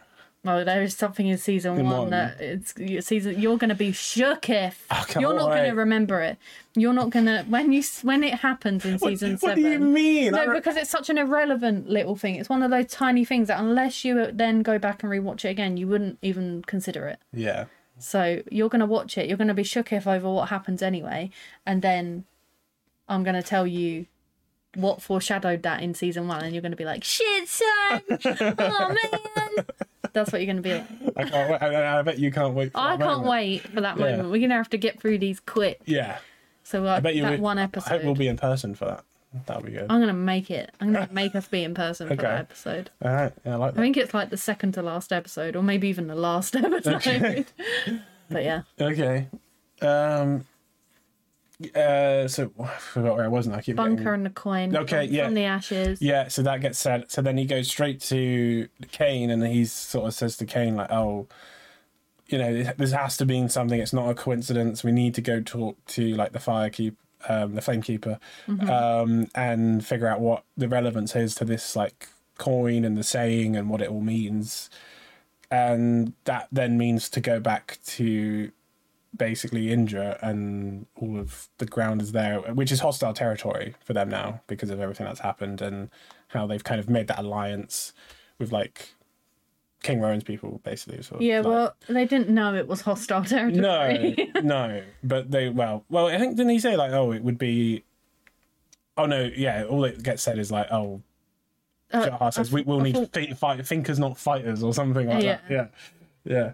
[SPEAKER 2] Well, Oh, there is something in season
[SPEAKER 1] In
[SPEAKER 2] one,
[SPEAKER 1] one.
[SPEAKER 2] that it's you- season. You're going to be shook if
[SPEAKER 1] I can't
[SPEAKER 2] you're not going
[SPEAKER 1] wait.
[SPEAKER 2] to remember it. You're not going to when you s- when it happens in
[SPEAKER 1] What,
[SPEAKER 2] season
[SPEAKER 1] what do
[SPEAKER 2] seven.
[SPEAKER 1] you mean? I
[SPEAKER 2] No,
[SPEAKER 1] re-
[SPEAKER 2] because it's such an irrelevant little thing. It's one of those tiny things that unless you then go back and rewatch it again, you wouldn't even consider it.
[SPEAKER 1] yeah,
[SPEAKER 2] So you're going to watch it. You're going to be shook if over what happens anyway, and then I'm going to tell you what foreshadowed that in season one, and you're going to be like, "Shit, son! oh man!" That's what you're going to be like.
[SPEAKER 1] I can't. Wait. I, I bet you can't wait. For
[SPEAKER 2] I
[SPEAKER 1] that
[SPEAKER 2] can't
[SPEAKER 1] moment.
[SPEAKER 2] wait for that
[SPEAKER 1] Yeah.
[SPEAKER 2] moment. We're gonna have to get through these quick.
[SPEAKER 1] Yeah,
[SPEAKER 2] So uh,
[SPEAKER 1] I bet you.
[SPEAKER 2] that
[SPEAKER 1] will-
[SPEAKER 2] one
[SPEAKER 1] I hope
[SPEAKER 2] episode. Um,
[SPEAKER 1] we'll be in person for that. That'll be good.
[SPEAKER 2] I'm gonna make it. I'm gonna make us be in person for that
[SPEAKER 1] Okay.
[SPEAKER 2] episode.
[SPEAKER 1] All right. Yeah, I like
[SPEAKER 2] I
[SPEAKER 1] that.
[SPEAKER 2] think it's like the second to last episode, or maybe even the last episode. but yeah,
[SPEAKER 1] Okay. Um. Uh. So I forgot where I was now. I keep getting-
[SPEAKER 2] bunker and the coin.
[SPEAKER 1] Okay,
[SPEAKER 2] from,
[SPEAKER 1] yeah.
[SPEAKER 2] From the ashes.
[SPEAKER 1] Yeah, so that gets said. So then he goes straight to Kane, and he sort of says to Kane, like, "Oh, you know, this- this has to mean something. It's not a coincidence. We need to go talk to like the fire keep, um, the flame keeper, um, and figure out what the relevance is to this like coin and the saying and what it all means. And that then means to go back to basically Indra and all of the ground is there, which is hostile territory for them
[SPEAKER 2] Mm.
[SPEAKER 1] now because of everything that's happened and how they've kind of made that alliance with like King Rowan's people, basically. Sort of
[SPEAKER 2] Yeah,
[SPEAKER 1] like-
[SPEAKER 2] well, they didn't know it was hostile territory.
[SPEAKER 1] no,
[SPEAKER 2] Uh,
[SPEAKER 1] no, but they well, well. I think didn't he say like, oh, it would be. Oh no, yeah. All it gets said is like, oh,
[SPEAKER 2] Uh,
[SPEAKER 1] Jahar says we, we'll
[SPEAKER 2] I
[SPEAKER 1] need
[SPEAKER 2] thought-
[SPEAKER 1] fi- fight thinkers, not fighters, or something like that. Yeah, yeah,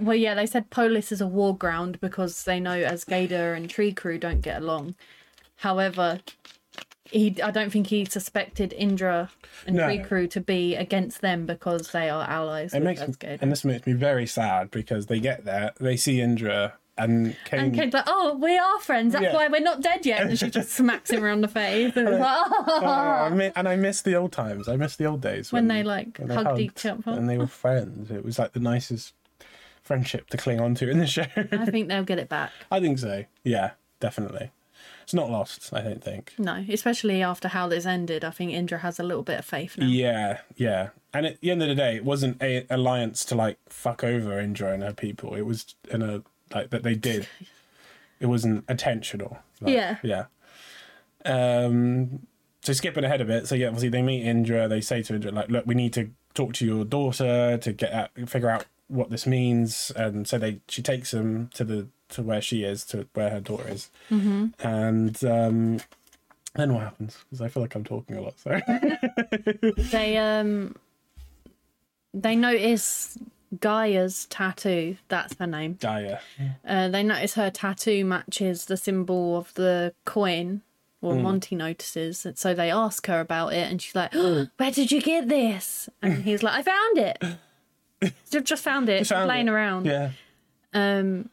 [SPEAKER 2] well, yeah, they said Polis is a war ground because they know Asgada and Tree Crew don't get along. However, he I don't think he suspected Indra and
[SPEAKER 1] No.
[SPEAKER 2] Tree Crew to be against them because they are allies.
[SPEAKER 1] It
[SPEAKER 2] with
[SPEAKER 1] makes
[SPEAKER 2] Asgada.
[SPEAKER 1] and this makes me very sad because they get there, they see Indra and Kane.
[SPEAKER 2] and Kate's like, oh, we are friends. That's
[SPEAKER 1] Yeah.
[SPEAKER 2] why we're not dead yet. And she just smacks him around the face. And it's like,
[SPEAKER 1] Oh,
[SPEAKER 2] oh.
[SPEAKER 1] I mi- and I miss the old times. I miss the old days
[SPEAKER 2] When they, like, hugged each other.
[SPEAKER 1] and they were friends. It was like the nicest friendship to cling on to in the show.
[SPEAKER 2] I think they'll get it back.
[SPEAKER 1] I think so. Yeah, definitely. It's not lost. I don't think.
[SPEAKER 2] No, especially after how this ended. I think Indra has a little bit of faith now.
[SPEAKER 1] Yeah, yeah. And at the end of the day, it wasn't a alliance to like fuck over Indra and her people. It was in a like that they did. it wasn't intentional. Like,
[SPEAKER 2] Yeah.
[SPEAKER 1] Yeah. Um, so skipping ahead a bit, so yeah, obviously they meet Indra. They say to Indra, like, look, we need to talk to your daughter to get out, figure out what this means. And so they, she takes him to the to where she is, to where her daughter is. Mm-hmm. And um, then what happens? Because I feel like I'm talking a lot. So
[SPEAKER 2] They um they notice Gaia's tattoo. That's her name.
[SPEAKER 1] Gaia.
[SPEAKER 2] Uh, they notice her tattoo matches the symbol of the
[SPEAKER 1] Mm.
[SPEAKER 2] coin. Well, Monty notices, and so they ask her about it, and she's like, "Where did you get this?" And he's like, "I found it. Just- Just found it,
[SPEAKER 1] found
[SPEAKER 2] laying
[SPEAKER 1] it."
[SPEAKER 2] around."
[SPEAKER 1] Yeah.
[SPEAKER 2] Um,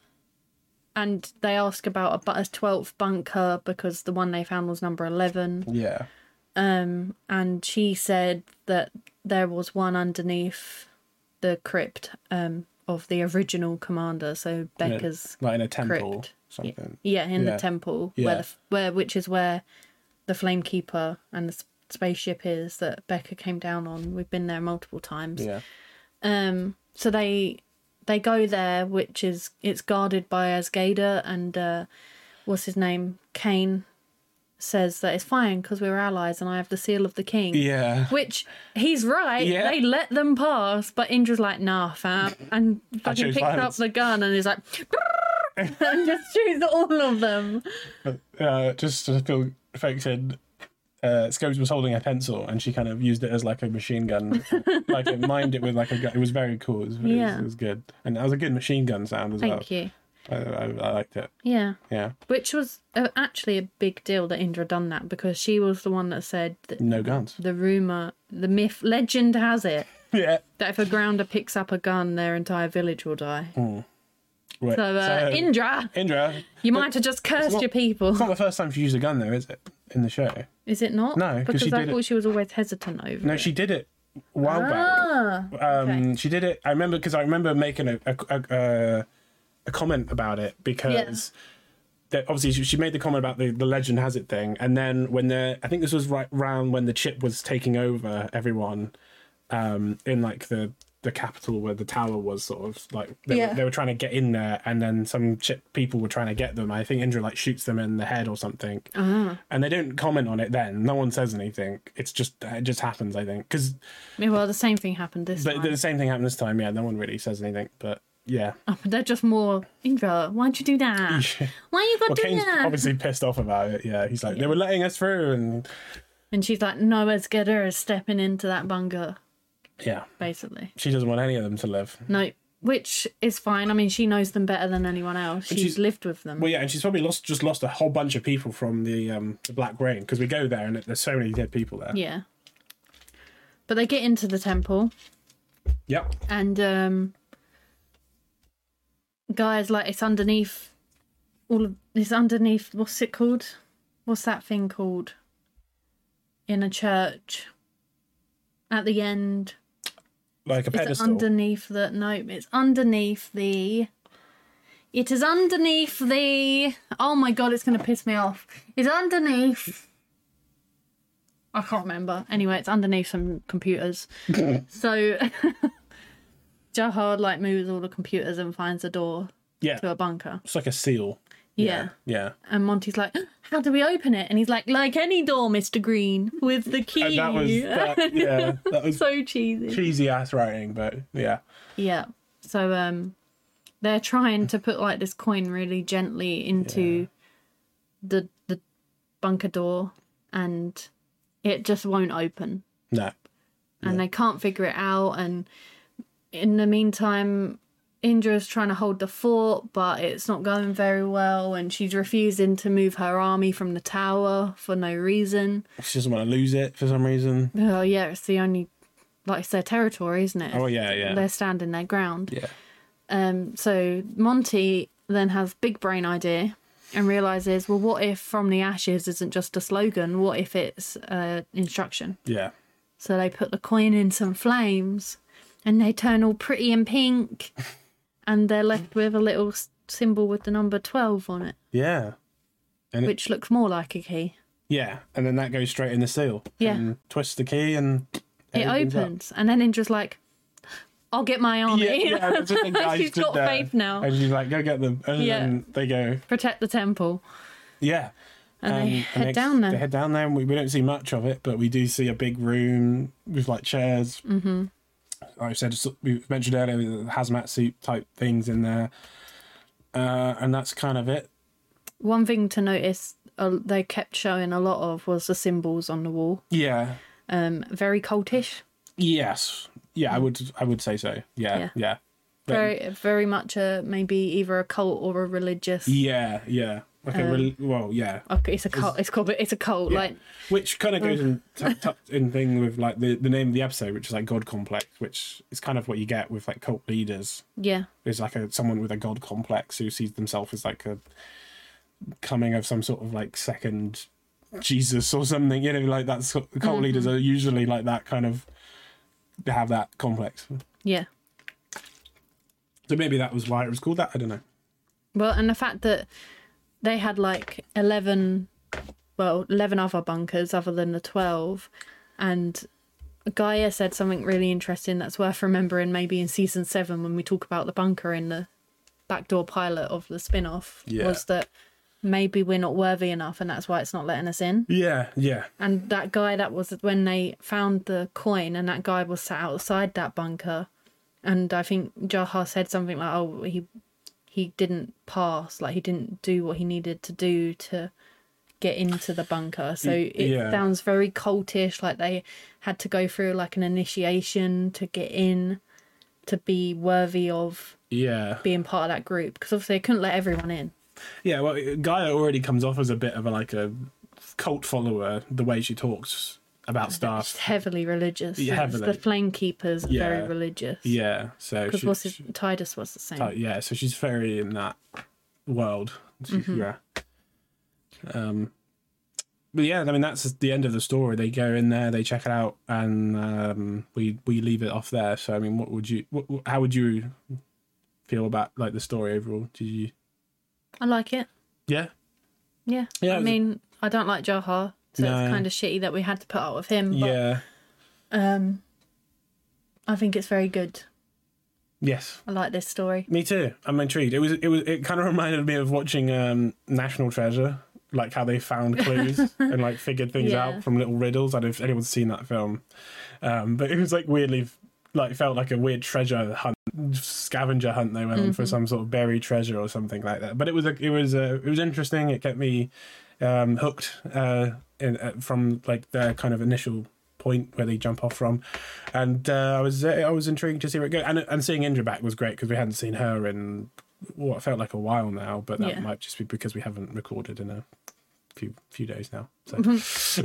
[SPEAKER 2] and they ask about a bu- a twelfth bunker because the one they found was number eleven.
[SPEAKER 1] Yeah.
[SPEAKER 2] Um, and she said that there was one underneath the crypt um, of the original commander, so
[SPEAKER 1] In a-
[SPEAKER 2] Becca's
[SPEAKER 1] like in a temple,
[SPEAKER 2] crypt.
[SPEAKER 1] something.
[SPEAKER 2] yeah, in
[SPEAKER 1] Yeah.
[SPEAKER 2] the temple
[SPEAKER 1] Yeah.
[SPEAKER 2] where the, f- where which is where the flame keeper and the s- spaceship is that Becca came down on. We've been there multiple times.
[SPEAKER 1] Yeah.
[SPEAKER 2] Um, so they they go there, which is it's guarded by Asgada and uh, what's his name, Kane, says that it's fine because we're allies and I have the seal of the king.
[SPEAKER 1] Yeah.
[SPEAKER 2] Which he's right.
[SPEAKER 1] Yeah.
[SPEAKER 2] They let them pass, but Indra's like, nah, fam, and fucking
[SPEAKER 1] chose
[SPEAKER 2] picks
[SPEAKER 1] violence.
[SPEAKER 2] up the gun and is like, and just shoots all of them.
[SPEAKER 1] uh, just to feel affected, uh, Scopes was holding a pencil and she kind of used it as like a machine gun. like it mimed it with like a gun. It was very cool. It was, it was-
[SPEAKER 2] Yeah.
[SPEAKER 1] it was good. And that was a good machine gun sound as
[SPEAKER 2] Thank you.
[SPEAKER 1] well. I, I, I liked it.
[SPEAKER 2] Yeah,
[SPEAKER 1] Yeah.
[SPEAKER 2] which was uh, actually a big deal that Indra done that because she was the one that said that
[SPEAKER 1] No guns.
[SPEAKER 2] the rumor, the myth, legend has it
[SPEAKER 1] Yeah.
[SPEAKER 2] that if a grounder picks up a gun, their entire village will die.
[SPEAKER 1] Right.
[SPEAKER 2] So, uh,
[SPEAKER 1] Mm. So,
[SPEAKER 2] Indra,
[SPEAKER 1] Indra, it's
[SPEAKER 2] you might have just cursed
[SPEAKER 1] not-
[SPEAKER 2] your people.
[SPEAKER 1] not the first time she used a gun, though, is it? In the show.
[SPEAKER 2] Is it not?
[SPEAKER 1] No, 'cause
[SPEAKER 2] because
[SPEAKER 1] she
[SPEAKER 2] I
[SPEAKER 1] did it-
[SPEAKER 2] thought she was always hesitant over.
[SPEAKER 1] No,
[SPEAKER 2] it.
[SPEAKER 1] she did it a while back.
[SPEAKER 2] Ah,
[SPEAKER 1] Um,
[SPEAKER 2] okay.
[SPEAKER 1] She did it. I remember because I remember making a a, a, a- a comment about it because that obviously she, she made the comment about the, the legend has it thing, and then when the I think this was right round when the chip was taking over everyone, um, in like the the capital where the tower was sort of like they,
[SPEAKER 2] Yeah.
[SPEAKER 1] were, they were trying to get in there and then some chip people were trying to get them i think indra like shoots them in the head or something
[SPEAKER 2] Uh-huh.
[SPEAKER 1] and they don't comment on it then no one says anything it's just it just happens i think because
[SPEAKER 2] Yeah, well, the same thing happened this
[SPEAKER 1] but
[SPEAKER 2] time.
[SPEAKER 1] the same thing happened this time. Yeah, no one really says anything. But yeah,
[SPEAKER 2] Oh, but they're just more Indra. Why'd you do that? Why you got
[SPEAKER 1] well,
[SPEAKER 2] to do
[SPEAKER 1] Kane's
[SPEAKER 2] that?
[SPEAKER 1] obviously pissed off about it. Yeah, he's like they were letting us through, and
[SPEAKER 2] And she's like, "No, as Gedder is stepping into that bunker,
[SPEAKER 1] yeah,
[SPEAKER 2] basically.
[SPEAKER 1] she doesn't want any of them to live.
[SPEAKER 2] No, which is fine. I mean, she knows them better than anyone else. She's,
[SPEAKER 1] she's-
[SPEAKER 2] lived with them.
[SPEAKER 1] Well, yeah, and she's probably lost just lost a whole bunch of people from the um the Black Rain because we go there and there's so many dead people there.
[SPEAKER 2] yeah. But they get into the temple,
[SPEAKER 1] Yep.
[SPEAKER 2] and um, guys, like it's underneath all of it's underneath. What's it called? What's that thing called? In a church. At the end,
[SPEAKER 1] like a
[SPEAKER 2] It's
[SPEAKER 1] pedestal.
[SPEAKER 2] underneath the no, it's underneath the it is underneath the oh my god, it's gonna piss me off. It's underneath I can't remember. Anyway, it's underneath some computers. so Jahad like moves all the computers and finds a door
[SPEAKER 1] yeah,
[SPEAKER 2] to a bunker.
[SPEAKER 1] it's like a seal.
[SPEAKER 2] Yeah.
[SPEAKER 1] Yeah.
[SPEAKER 2] And Monty's like, How do we open it? And he's like, like any door, Mr. Green, with the key.
[SPEAKER 1] And that was that, yeah, that was
[SPEAKER 2] so cheesy.
[SPEAKER 1] cheesy ass writing, but yeah,
[SPEAKER 2] Yeah. So um they're trying to put like this coin really gently into the the bunker door and it just won't open
[SPEAKER 1] no,
[SPEAKER 2] and they can't figure it out and in the meantime Indra's trying to hold the fort but it's not going very well and she's refusing to move her army from the tower for no reason.
[SPEAKER 1] she doesn't want to lose it for some reason.
[SPEAKER 2] Oh yeah, it's the only like it's their territory, isn't it?
[SPEAKER 1] Oh yeah, yeah,
[SPEAKER 2] They're standing their ground.
[SPEAKER 1] yeah.
[SPEAKER 2] Um, so Monty then has big brain idea and realizes, well, what if from the ashes isn't just a slogan? What if it's uh, instruction?
[SPEAKER 1] Yeah.
[SPEAKER 2] So they put the coin in some flames, and they turn all pretty and pink, and they're left with a little s- symbol with the number twelve on it,
[SPEAKER 1] Yeah. And it-
[SPEAKER 2] which looks more like a key.
[SPEAKER 1] Yeah, and then that goes straight in the seal.
[SPEAKER 2] Yeah.
[SPEAKER 1] And twist the key and
[SPEAKER 2] It
[SPEAKER 1] everything's up.
[SPEAKER 2] opens, and then Indra's like, I'll get my army.
[SPEAKER 1] Yeah, yeah, there's just a guy
[SPEAKER 2] She's
[SPEAKER 1] stood
[SPEAKER 2] got
[SPEAKER 1] there,
[SPEAKER 2] faith now.
[SPEAKER 1] And she's like, go get them. And
[SPEAKER 2] Yeah.
[SPEAKER 1] then they go,
[SPEAKER 2] Protect the temple.
[SPEAKER 1] yeah.
[SPEAKER 2] And they head down there.
[SPEAKER 1] They head down there, and we, we don't see much of it, but we do see a big room with like chairs. Mm-hmm. Like I said, so- we mentioned earlier, the hazmat suit type things in there. Uh, and that's kind of it.
[SPEAKER 2] One thing to notice uh, they kept showing a lot of was the symbols on the wall.
[SPEAKER 1] Yeah.
[SPEAKER 2] Um, very cultish.
[SPEAKER 1] Yes. Yeah, I would. I would say so. Yeah.
[SPEAKER 2] Mm. Yeah.
[SPEAKER 1] Yeah. Yeah. But-
[SPEAKER 2] Very, very much a maybe either a cult or a religious.
[SPEAKER 1] yeah. Yeah. Like
[SPEAKER 2] Um,
[SPEAKER 1] a rel- well, yeah.
[SPEAKER 2] Okay, it's a cult. It's called. It's a cult.
[SPEAKER 1] Yeah.
[SPEAKER 2] Like
[SPEAKER 1] Which kind of goes in tu- tucked in thing with like the, the name of the episode, which is like God complex, which is kind of what you get with like cult leaders.
[SPEAKER 2] yeah,
[SPEAKER 1] There's like a someone with a God complex who sees themselves as like a coming of some sort of like second Jesus or something. You know, like that's cult leaders are usually like that kind of they have that complex.
[SPEAKER 2] yeah.
[SPEAKER 1] So maybe that was why it was called that. I don't know.
[SPEAKER 2] Well, and the fact that they had like 11, well, 11 other bunkers other than the 12. And Gaia said something really interesting that's worth remembering maybe in season seven when we talk about the bunker in the backdoor pilot of the spin off
[SPEAKER 1] Yeah.
[SPEAKER 2] was that maybe we're not worthy enough and that's why it's not letting us in.
[SPEAKER 1] Yeah. Yeah.
[SPEAKER 2] And that guy that was when they found the coin, and that guy was sat outside that bunker, and I think Jaha said something like, "Oh, he he didn't pass, like he didn't do what he needed to do to get into the bunker." So
[SPEAKER 1] Y-
[SPEAKER 2] it
[SPEAKER 1] yeah.
[SPEAKER 2] sounds very cultish, like they had to go through like an initiation to get in, to be worthy of
[SPEAKER 1] Yeah.
[SPEAKER 2] being part of that group, because obviously they couldn't let everyone in.
[SPEAKER 1] Yeah, well, Gaia already comes off as a bit of a like a cult follower. The way she talks about
[SPEAKER 2] It's
[SPEAKER 1] stuff.
[SPEAKER 2] heavily religious.
[SPEAKER 1] Yeah,
[SPEAKER 2] It's
[SPEAKER 1] heavily.
[SPEAKER 2] The flame keepers are
[SPEAKER 1] Yeah.
[SPEAKER 2] very religious.
[SPEAKER 1] Yeah, so
[SPEAKER 2] Because
[SPEAKER 1] she-
[SPEAKER 2] what's his
[SPEAKER 1] she-
[SPEAKER 2] Titus was the same.
[SPEAKER 1] uh, yeah, so she's very in that world. She-
[SPEAKER 2] Mm-hmm.
[SPEAKER 1] Yeah. Um, but yeah, I mean that's the end of the story. They go in there, they check it out, and um, we we leave it off there. So I mean, what would you? What, what- how would you feel about like the story overall? Did you?
[SPEAKER 2] I like it.
[SPEAKER 1] Yeah.
[SPEAKER 2] Yeah.
[SPEAKER 1] Yeah, it
[SPEAKER 2] I
[SPEAKER 1] was-
[SPEAKER 2] mean, I don't like Jaha, so
[SPEAKER 1] No.
[SPEAKER 2] it's kind of shitty that we had to put up with him. But,
[SPEAKER 1] yeah.
[SPEAKER 2] Um, I think it's very good.
[SPEAKER 1] Yes.
[SPEAKER 2] I like this story.
[SPEAKER 1] Me too. I'm intrigued. It was it was it kind of reminded me of watching um National Treasure, like how they found clues and like figured things
[SPEAKER 2] Yeah.
[SPEAKER 1] out from little riddles. I don't know if anyone's seen that film. Um but it was like weirdly like felt like a weird treasure hunt scavenger hunt they went on for some sort of buried treasure or something like that. But it was a, it was a, it was interesting. It kept me um hooked uh, in, uh from like their kind of initial point where they jump off from and uh, I was uh, I was intrigued to see where it goes. And and seeing Indra back was great because we hadn't seen her in what felt like a while now, but that
[SPEAKER 2] Yeah.
[SPEAKER 1] might just be because we haven't recorded in a few few days now. So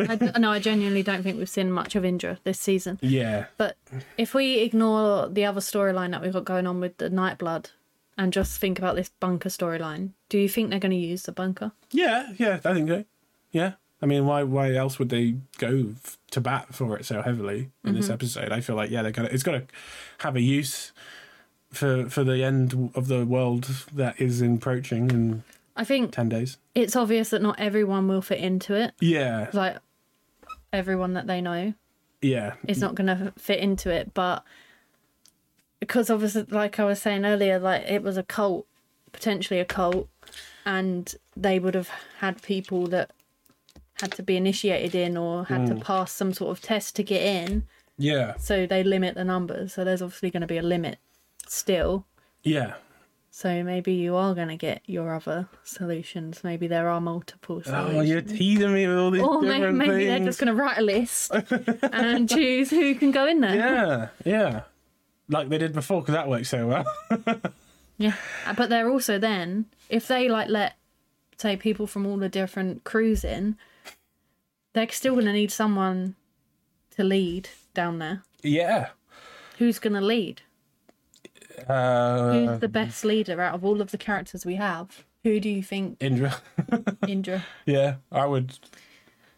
[SPEAKER 2] I, no, I genuinely don't think we've seen much of Indra this season.
[SPEAKER 1] yeah,
[SPEAKER 2] But if we ignore the other storyline that we've got going on with the Nightblood and just think about this bunker storyline, do you think they're going to use the bunker?
[SPEAKER 1] yeah, yeah. I think so. Yeah. I mean, why why else would they go f- to bat for it so heavily in
[SPEAKER 2] Mm-hmm.
[SPEAKER 1] this episode? I feel like yeah, they're gonna it's gonna have a use. For, for the end of the world that is approaching in
[SPEAKER 2] I think
[SPEAKER 1] 10 days.
[SPEAKER 2] it's obvious that not everyone will fit into it.
[SPEAKER 1] Yeah,
[SPEAKER 2] Like, everyone that they know.
[SPEAKER 1] yeah,
[SPEAKER 2] it's not going to fit into it but because obviously like i was saying earlier like it was a cult potentially a cult and they would have had people that had to be initiated in or had
[SPEAKER 1] Mm.
[SPEAKER 2] to pass some sort of test to get in
[SPEAKER 1] yeah,
[SPEAKER 2] so they limit the numbers so there's obviously going to be a limit still
[SPEAKER 1] yeah.
[SPEAKER 2] so maybe you are going to get your other solutions maybe there are multiple
[SPEAKER 1] Oh,
[SPEAKER 2] solutions
[SPEAKER 1] you're teasing me with all these
[SPEAKER 2] or maybe,
[SPEAKER 1] different
[SPEAKER 2] Oh, maybe they're
[SPEAKER 1] things.
[SPEAKER 2] just going to write a list and choose who can go in there
[SPEAKER 1] Yeah, yeah. Like they did before, because that worked so well.
[SPEAKER 2] Yeah, Uh, but they're also then if they like let say people from all the different crews in, they're still gonna need someone to lead down there.
[SPEAKER 1] yeah.
[SPEAKER 2] Who's gonna lead?
[SPEAKER 1] Uh,
[SPEAKER 2] Who's the best leader out of all of the characters we have? Who do you think
[SPEAKER 1] Indra.
[SPEAKER 2] Indra?
[SPEAKER 1] yeah, I would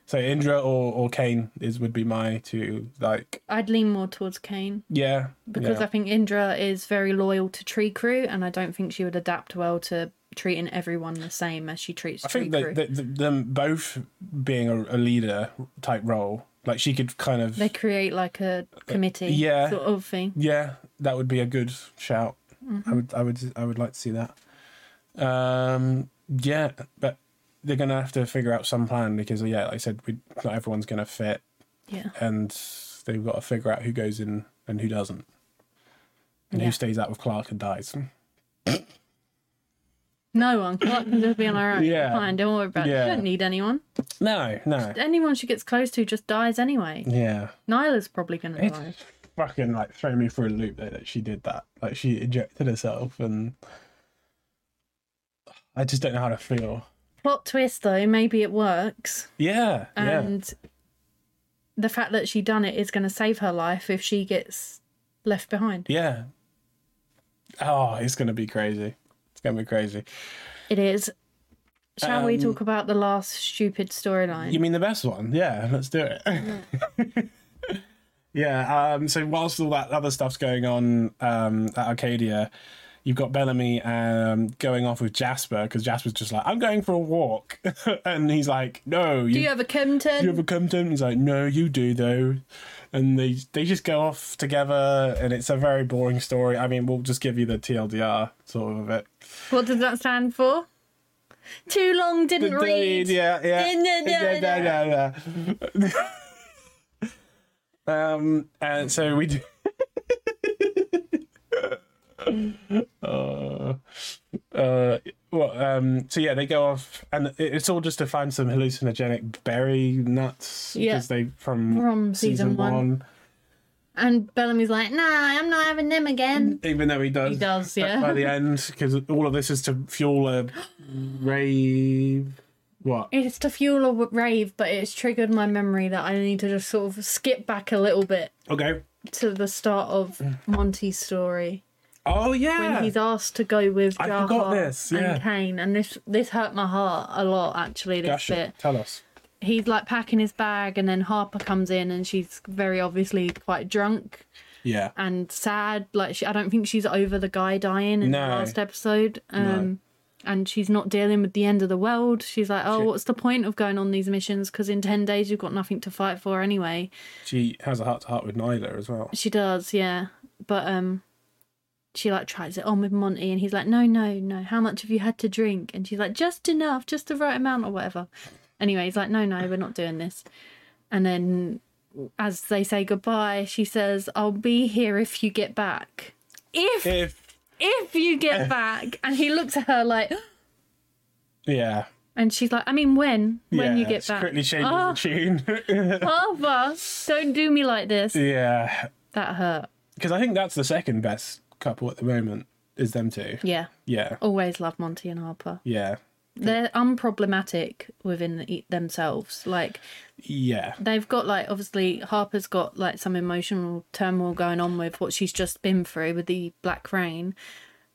[SPEAKER 1] say Indra or, or Kane is would be my two. Like,
[SPEAKER 2] I'd lean more towards Kane
[SPEAKER 1] yeah,
[SPEAKER 2] because
[SPEAKER 1] yeah.
[SPEAKER 2] I think Indra is very loyal to Tree Crew, and I don't think she would adapt well to treating everyone the same as she treats
[SPEAKER 1] I
[SPEAKER 2] Tree
[SPEAKER 1] think
[SPEAKER 2] Crew.
[SPEAKER 1] that, that, that them both being a, a leader type role, like she could kind of
[SPEAKER 2] they create like a committee
[SPEAKER 1] Uh, Yeah.
[SPEAKER 2] sort of thing.
[SPEAKER 1] yeah, that would be a good shout.
[SPEAKER 2] Mm-hmm.
[SPEAKER 1] I would, I would, I would like to see that. Um, yeah, but they're gonna have to figure out some plan because, yeah, like I said, we, not everyone's gonna fit,
[SPEAKER 2] Yeah.
[SPEAKER 1] and they've got to figure out who goes in and who doesn't, and
[SPEAKER 2] Yeah.
[SPEAKER 1] who stays out with Clark and dies.
[SPEAKER 2] No one. Clark can just be on our own.
[SPEAKER 1] Yeah.
[SPEAKER 2] Fine, don't worry about it.
[SPEAKER 1] Yeah.
[SPEAKER 2] You don't need anyone.
[SPEAKER 1] No, no,
[SPEAKER 2] Anyone she gets close to just dies anyway.
[SPEAKER 1] yeah.
[SPEAKER 2] Nyla's probably going to
[SPEAKER 1] It's
[SPEAKER 2] die.
[SPEAKER 1] fucking like throw me for a loop though that she did that. Like she ejected herself and I just don't know how to feel.
[SPEAKER 2] Plot twist though, maybe it works.
[SPEAKER 1] Yeah. yeah.
[SPEAKER 2] And the fact that she done it is going to save her life if she gets left behind.
[SPEAKER 1] Yeah. Oh, it's gonna be crazy. It's gonna be crazy.
[SPEAKER 2] It is. Shall we
[SPEAKER 1] Um,
[SPEAKER 2] talk about the last stupid storyline?
[SPEAKER 1] You mean the best one? Yeah, let's do it. yeah, um, so whilst all that other stuff's going on um, at Arcadia, you've got Bellamy um, going off with Jasper because Jasper's just like, I'm going for a walk. and he's like, No,
[SPEAKER 2] Do you have a chem tent?
[SPEAKER 1] you ever come to him? He's like, no, you do though. And they they just go off together, and it's a very boring story. I mean, we'll just give you the TLDR sort of it.
[SPEAKER 2] What does that stand for? Too long, didn't read.
[SPEAKER 1] Yeah, yeah,
[SPEAKER 2] Da, da,
[SPEAKER 1] yeah,
[SPEAKER 2] da,
[SPEAKER 1] yeah, yeah, yeah. um, and so we do. uh, uh, well, um, so yeah, they go off, and it- it's all just to find some hallucinogenic berry nuts
[SPEAKER 2] Yeah.
[SPEAKER 1] because they from
[SPEAKER 2] From season one. And Bellamy's like, nah, I'm not having them again.
[SPEAKER 1] even though he does.
[SPEAKER 2] He does,
[SPEAKER 1] at-
[SPEAKER 2] yeah.
[SPEAKER 1] By the end, because all of this is to fuel a rave. What?
[SPEAKER 2] It's to fuel a w- rave, but it's triggered my memory that I need to just sort of skip back a little bit
[SPEAKER 1] Okay.
[SPEAKER 2] to the start of Monty's story
[SPEAKER 1] Oh
[SPEAKER 2] when
[SPEAKER 1] yeah.
[SPEAKER 2] he's asked to go with
[SPEAKER 1] I
[SPEAKER 2] Jar
[SPEAKER 1] forgot
[SPEAKER 2] Jar
[SPEAKER 1] this, yeah.
[SPEAKER 2] and Kane, and this this hurt my heart a lot actually. This
[SPEAKER 1] Dash
[SPEAKER 2] bit,
[SPEAKER 1] it. Tell us.
[SPEAKER 2] he's like packing his bag, and then Harper comes in, and she's very obviously quite drunk
[SPEAKER 1] Yeah.
[SPEAKER 2] and sad. Like she, I don't think she's over the guy dying in
[SPEAKER 1] No.
[SPEAKER 2] the last episode. Um, And she's not dealing with the end of the world. She's like, oh,
[SPEAKER 1] She-
[SPEAKER 2] what's the point of going on these missions? Because in 10 days, you've got nothing to fight for anyway.
[SPEAKER 1] She has a heart to heart with Nyla as well.
[SPEAKER 2] She does, yeah. But um, she like tries it on with Monty, and he's like, no, no, no. How much have you had to drink? And she's like, just enough, just the right amount, or whatever. Anyway, he's like, no, no, we're not doing this. And then, as they say goodbye, she says, "I'll be here if you get back." If
[SPEAKER 1] If
[SPEAKER 2] if you get back and he looks at her like
[SPEAKER 1] yeah.
[SPEAKER 2] and she's like i mean when when you
[SPEAKER 1] Yeah,
[SPEAKER 2] get
[SPEAKER 1] she
[SPEAKER 2] back
[SPEAKER 1] Quickly changes
[SPEAKER 2] oh,
[SPEAKER 1] the tune.
[SPEAKER 2] Harper, don't do me like this
[SPEAKER 1] yeah.
[SPEAKER 2] that hurt
[SPEAKER 1] Because I think that's the second best couple at the moment is them two.
[SPEAKER 2] yeah
[SPEAKER 1] Yeah.
[SPEAKER 2] always love monty and harper
[SPEAKER 1] Yeah.
[SPEAKER 2] they're unproblematic within the, themselves like
[SPEAKER 1] Yeah.
[SPEAKER 2] they've got like obviously harper's got like some emotional turmoil going on with what she's just been through with the black rain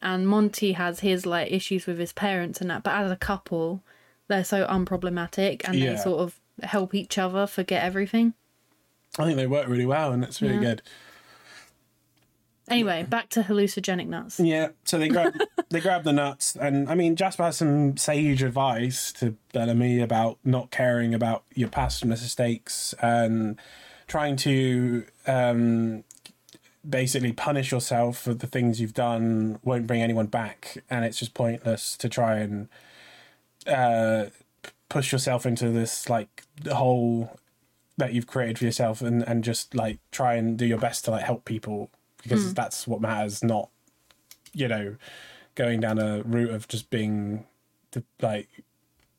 [SPEAKER 2] and monty has his like issues with his parents and that but as a couple they're so unproblematic and they
[SPEAKER 1] Yeah.
[SPEAKER 2] sort of help each other forget everything
[SPEAKER 1] I think they work really well, and that's really good.
[SPEAKER 2] anyway back to hallucinogenic nuts
[SPEAKER 1] Yeah, so they grab they grab the nuts, and I mean Jasper has some sage advice to Bellamy about not caring about your past mistakes and trying to um, basically punish yourself for the things you've done won't bring anyone back, and it's just pointless to try and uh, p- push yourself into this like hole that you've created for yourself, and and just like try and do your best to like help people because that's what matters, not you know, going down a route of just being d- like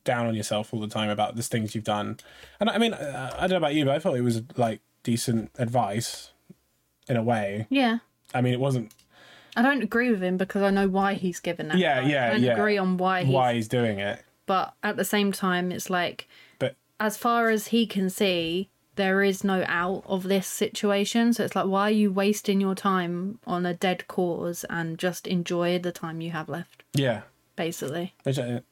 [SPEAKER 1] down on yourself all the time about these things you've done. And I mean, uh, I don't know about you, but I thought it was like decent advice in a way.
[SPEAKER 2] yeah
[SPEAKER 1] I mean, it wasn't
[SPEAKER 2] i don't agree with him because i know why he's given that
[SPEAKER 1] Yeah,
[SPEAKER 2] advice.
[SPEAKER 1] yeah,
[SPEAKER 2] i don't
[SPEAKER 1] yeah.
[SPEAKER 2] agree on why he's
[SPEAKER 1] why he's doing it,
[SPEAKER 2] but at the same time it's like
[SPEAKER 1] but
[SPEAKER 2] as far as he can see, there is no out of this situation. So it's like, why are you wasting your time on a dead cause and just enjoy the time you have left,
[SPEAKER 1] yeah.
[SPEAKER 2] basically?
[SPEAKER 1] Is that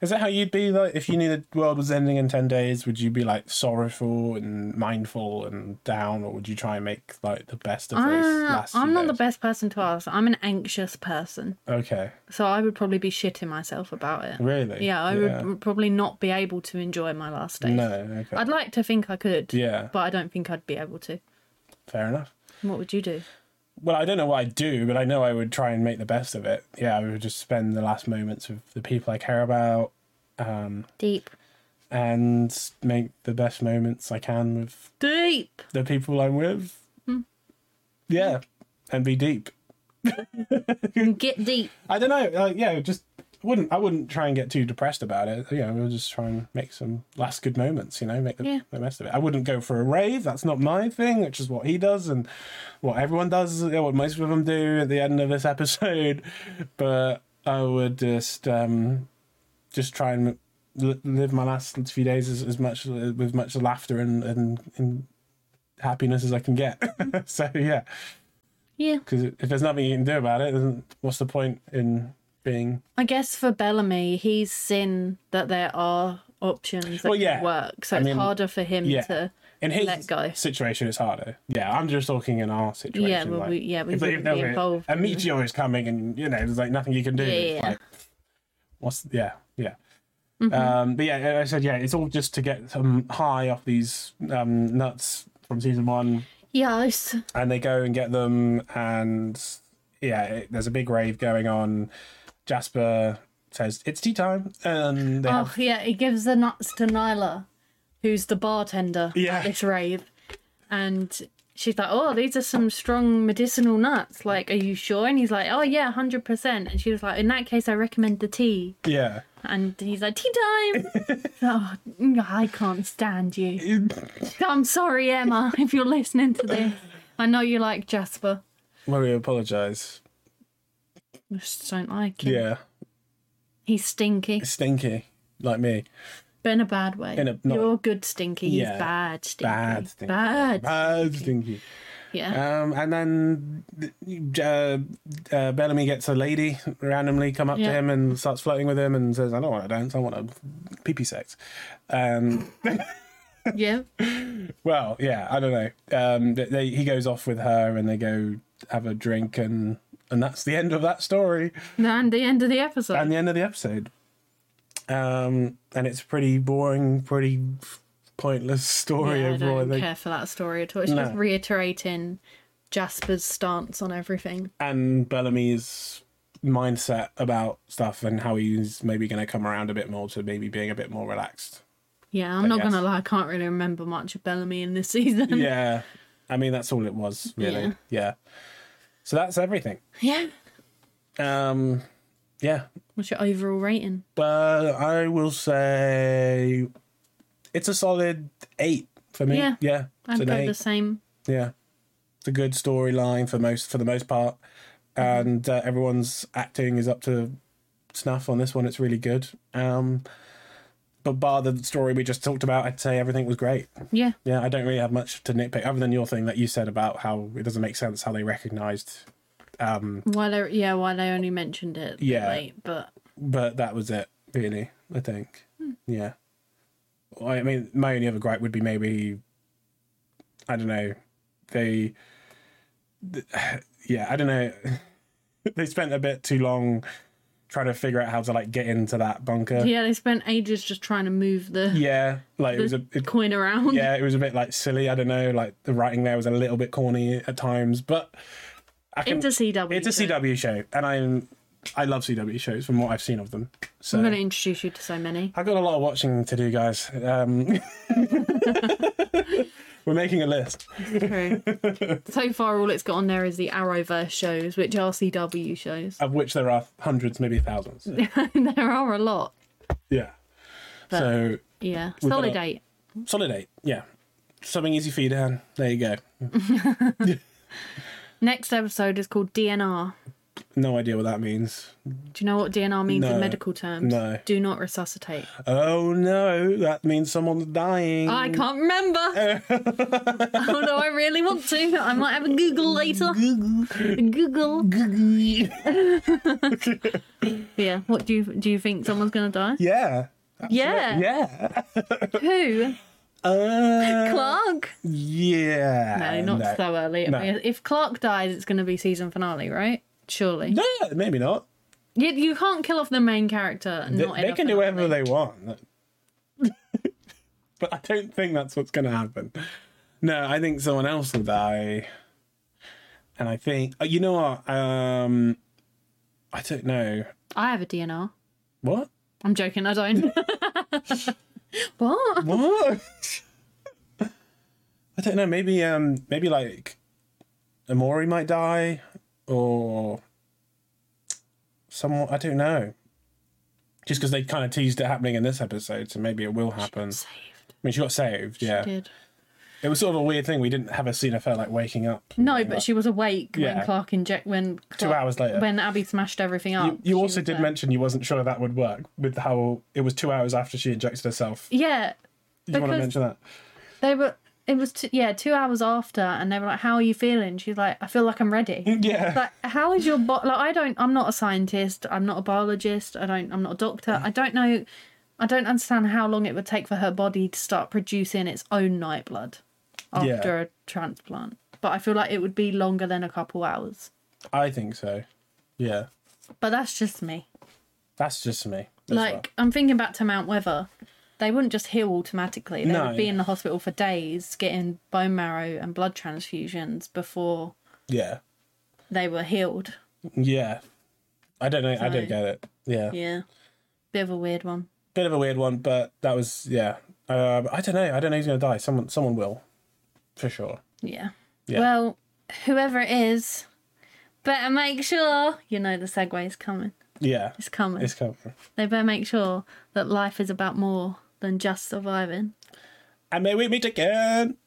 [SPEAKER 1] is that how you'd be like if you knew the world was ending in ten days? Would you be like sorrowful and mindful and down, or would you try and make like the best of those
[SPEAKER 2] Uh,
[SPEAKER 1] last? few
[SPEAKER 2] I'm not the
[SPEAKER 1] days?
[SPEAKER 2] best person to ask. I'm an anxious person.
[SPEAKER 1] Okay,
[SPEAKER 2] So I would probably be shitting myself about it.
[SPEAKER 1] really?
[SPEAKER 2] Yeah, I would probably not be able to enjoy my last days.
[SPEAKER 1] No, okay.
[SPEAKER 2] I'd like to think I could,
[SPEAKER 1] yeah,
[SPEAKER 2] but I don't think I'd be able to.
[SPEAKER 1] fair enough.
[SPEAKER 2] What would you do?
[SPEAKER 1] well, I don't know what I'd do, but I know I would try and make the best of it. Yeah, I would just spend the last moments with the people I care about, um,
[SPEAKER 2] Deep.
[SPEAKER 1] and make the best moments I can with
[SPEAKER 2] Deep.
[SPEAKER 1] the people I'm with. Yeah, and be deep.
[SPEAKER 2] Get deep.
[SPEAKER 1] I don't know. Like, yeah, just wouldn't I wouldn't try and get too depressed about it. You know, we'll just try and make some last good moments. You know, make the,
[SPEAKER 2] Yeah.
[SPEAKER 1] the best of it. I wouldn't go for a rave. That's not my thing, which is what he does and what everyone does. You know, what most of them do at the end of this episode. But I would just um, just try and li- live my last few days as, as much with much laughter and and, and happiness as I can get. so yeah
[SPEAKER 2] Yeah.
[SPEAKER 1] because if there's nothing you can do about it, then what's the point in being?
[SPEAKER 2] I guess for Bellamy, he's seen that there are options that
[SPEAKER 1] Well, yeah.
[SPEAKER 2] can work, so
[SPEAKER 1] I
[SPEAKER 2] it's
[SPEAKER 1] mean,
[SPEAKER 2] harder for him
[SPEAKER 1] yeah.
[SPEAKER 2] to.
[SPEAKER 1] In his
[SPEAKER 2] Let go.
[SPEAKER 1] situation, it's harder. Yeah, I'm just talking in our situation.
[SPEAKER 2] Yeah, well,
[SPEAKER 1] like,
[SPEAKER 2] we, yeah, we
[SPEAKER 1] if they-
[SPEAKER 2] wouldn't be
[SPEAKER 1] if
[SPEAKER 2] involved.
[SPEAKER 1] A meteor is coming, and you know, there's like nothing you can do.
[SPEAKER 2] Yeah,
[SPEAKER 1] It's
[SPEAKER 2] yeah, Mm-hmm. yeah.
[SPEAKER 1] Like, what's yeah, yeah. Um, but yeah, I said yeah, it's all just to get some high off these um, nuts from season one,
[SPEAKER 2] Yes.
[SPEAKER 1] and they go and get them, and yeah, it, there's a big rave going on. Jasper says it's tea time, and they have
[SPEAKER 2] Oh, yeah, he gives the nuts to Nyla, who's the bartender
[SPEAKER 1] Yeah.
[SPEAKER 2] at this rave. And she's like, Oh, these are some strong medicinal nuts. Like, are you sure? And he's like, Oh, yeah, 100%. And she was like, In that case, I recommend the tea.
[SPEAKER 1] yeah.
[SPEAKER 2] And he's like, Tea time! oh, I can't stand you. I'm sorry, Emma, if you're listening to this. I know you like Jasper.
[SPEAKER 1] Well, we apologise.
[SPEAKER 2] I just don't like him.
[SPEAKER 1] Yeah,
[SPEAKER 2] He's stinky,
[SPEAKER 1] stinky, like me.
[SPEAKER 2] but in a bad way.
[SPEAKER 1] In a- not-
[SPEAKER 2] You're good stinky. He's
[SPEAKER 1] Yeah.
[SPEAKER 2] bad stinky.
[SPEAKER 1] Bad stinky.
[SPEAKER 2] Bad.
[SPEAKER 1] Bad stinky.
[SPEAKER 2] Yeah.
[SPEAKER 1] Um, and then uh, uh, Bellamy gets a lady randomly come up to
[SPEAKER 2] Yeah.
[SPEAKER 1] him and starts flirting with him and says, "I don't want to dance. I want to pee pee sex." Um,
[SPEAKER 2] yeah.
[SPEAKER 1] well, yeah, I don't know. Um, they, they, he goes off with her and they go have a drink and and that's the end of that story.
[SPEAKER 2] And the end of the episode.
[SPEAKER 1] and the end of the episode. Um, and it's a pretty boring, pretty pointless story
[SPEAKER 2] yeah, I
[SPEAKER 1] overall. I
[SPEAKER 2] don't
[SPEAKER 1] think.
[SPEAKER 2] care for that story at all. It's
[SPEAKER 1] No.
[SPEAKER 2] just reiterating Jasper's stance on everything.
[SPEAKER 1] And Bellamy's mindset about stuff and how he's maybe going to come around a bit more to maybe being a bit more relaxed.
[SPEAKER 2] Yeah, I'm
[SPEAKER 1] I
[SPEAKER 2] not
[SPEAKER 1] guess.
[SPEAKER 2] gonna lie. I can't really remember much of Bellamy in this season.
[SPEAKER 1] yeah, I mean that's all it was really. Yeah.
[SPEAKER 2] Mm. Yeah.
[SPEAKER 1] So that's everything.
[SPEAKER 2] yeah.
[SPEAKER 1] Um, yeah,
[SPEAKER 2] What's your overall rating?
[SPEAKER 1] but I will say it's a solid eight for me.
[SPEAKER 2] Yeah.
[SPEAKER 1] yeah
[SPEAKER 2] I'd
[SPEAKER 1] it's an
[SPEAKER 2] go
[SPEAKER 1] eight.
[SPEAKER 2] the same.
[SPEAKER 1] Yeah, it's a good storyline for most for the most part, and uh, everyone's acting is up to snuff on this one. It's really good. Um, but bar the story we just talked about, I'd say everything was great.
[SPEAKER 2] Yeah.
[SPEAKER 1] Yeah, I don't really have much to nitpick other than your thing that you said about how it doesn't make sense how they recognised. Um,
[SPEAKER 2] Why they yeah, why they only mentioned it. a bit
[SPEAKER 1] Yeah.
[SPEAKER 2] late, but
[SPEAKER 1] but that was it, really. I think. Yeah. Well, I mean, my only other gripe would be maybe, I don't know, they, th- yeah, I don't know, they spent a bit too long trying to figure out how to like get into that bunker. Yeah,
[SPEAKER 2] yeah, they spent ages just trying to move the,
[SPEAKER 1] like it was a.
[SPEAKER 2] the
[SPEAKER 1] It,
[SPEAKER 2] coin around.
[SPEAKER 1] yeah, it was a bit like silly. I don't know. Like the writing there was a little bit corny at times, but I can,
[SPEAKER 2] Into CW.
[SPEAKER 1] it's a
[SPEAKER 2] so
[SPEAKER 1] CW show, and I'm I love CW shows from what I've seen of them. So
[SPEAKER 2] I'm gonna introduce you to so many.
[SPEAKER 1] I've got a lot of watching to do, guys. Um, we're making a list.
[SPEAKER 2] True. so far, all it's got on there is the Arrowverse shows, which are CW shows.
[SPEAKER 1] of which there are hundreds, maybe thousands.
[SPEAKER 2] there are a lot.
[SPEAKER 1] Yeah. so
[SPEAKER 2] Yeah.
[SPEAKER 1] We've got
[SPEAKER 2] Solid
[SPEAKER 1] a-
[SPEAKER 2] eight.
[SPEAKER 1] solid eight. Yeah. Something easy for you, Dan. There you go.
[SPEAKER 2] Next episode is called DNR.
[SPEAKER 1] No idea what that means.
[SPEAKER 2] Do you know what DNR means
[SPEAKER 1] No.
[SPEAKER 2] in medical terms?
[SPEAKER 1] No.
[SPEAKER 2] Do not resuscitate.
[SPEAKER 1] Oh no, that means someone's dying.
[SPEAKER 2] I can't remember. Although I really want to. I might have a Google later. Google. Yeah. What do you do? You think someone's gonna die?
[SPEAKER 1] yeah.
[SPEAKER 2] Yeah.
[SPEAKER 1] Yeah.
[SPEAKER 2] Who?
[SPEAKER 1] Uh,
[SPEAKER 2] Clark?
[SPEAKER 1] yeah.
[SPEAKER 2] No, not so early.
[SPEAKER 1] No.
[SPEAKER 2] If Clark dies, it's gonna be season finale, right? Surely.
[SPEAKER 1] No, maybe not.
[SPEAKER 2] You, you can't kill off the main character. And
[SPEAKER 1] They,
[SPEAKER 2] not
[SPEAKER 1] they
[SPEAKER 2] end up
[SPEAKER 1] can do
[SPEAKER 2] in a-
[SPEAKER 1] whatever they want. but I don't think that's what's going to happen. No, I think someone else will die. and I think oh, you know what? Um, I don't know
[SPEAKER 2] I have a DNR.
[SPEAKER 1] what
[SPEAKER 2] I'm joking. I don't. what?
[SPEAKER 1] what. I don't know. Maybe um, maybe like Amori might die, or someone. I don't know. Just because they kind of teased it happening in this episode, so maybe it will happen. I
[SPEAKER 2] Saved.
[SPEAKER 1] mean, she got saved. Um, Yeah,
[SPEAKER 2] Did.
[SPEAKER 1] it was sort of a weird thing. We didn't have a scene of her like waking up.
[SPEAKER 2] No, but she was awake
[SPEAKER 1] Yeah.
[SPEAKER 2] when Clark inject when
[SPEAKER 1] Two
[SPEAKER 2] Clark-
[SPEAKER 1] hours later.
[SPEAKER 2] when Abby smashed everything up.
[SPEAKER 1] You, you
[SPEAKER 2] she
[SPEAKER 1] also
[SPEAKER 2] was
[SPEAKER 1] did
[SPEAKER 2] there.
[SPEAKER 1] mention you wasn't sure that would work with how it was two hours after she injected herself. Do
[SPEAKER 2] Yeah,
[SPEAKER 1] you want to
[SPEAKER 2] Because-
[SPEAKER 1] mention that?
[SPEAKER 2] they were. It was t- yeah two hours after, and they were like, "How are you feeling?" She's like, "I feel like I'm ready."
[SPEAKER 1] Yeah.
[SPEAKER 2] like, how is your bo- like? I don't. I'm not a scientist. I'm not a biologist. I don't. I'm not a doctor. I don't know. I don't understand how long it would take for her body to start producing its own night blood after
[SPEAKER 1] Yeah.
[SPEAKER 2] a transplant. But I feel like it would be longer than a couple hours.
[SPEAKER 1] I think so. Yeah.
[SPEAKER 2] But that's just me.
[SPEAKER 1] That's just me. as
[SPEAKER 2] like
[SPEAKER 1] well.
[SPEAKER 2] I'm thinking back to Mount Weather. They wouldn't just heal automatically. They
[SPEAKER 1] No.
[SPEAKER 2] would be in the hospital for days getting bone marrow and blood transfusions before
[SPEAKER 1] Yeah.
[SPEAKER 2] they were healed.
[SPEAKER 1] Yeah. I don't know. I
[SPEAKER 2] So-
[SPEAKER 1] don't get it. Yeah.
[SPEAKER 2] Yeah. Bit of a weird one.
[SPEAKER 1] Bit of a weird one, but that was, yeah. Um, I don't know. I don't know who's going to die. Someone someone will. For sure.
[SPEAKER 2] Yeah.
[SPEAKER 1] Yeah.
[SPEAKER 2] Well, whoever it is, better make sure you know the segue is coming.
[SPEAKER 1] Yeah.
[SPEAKER 2] It's coming.
[SPEAKER 1] It's coming.
[SPEAKER 2] They better make sure that life is about more than just surviving.
[SPEAKER 1] And may we meet again.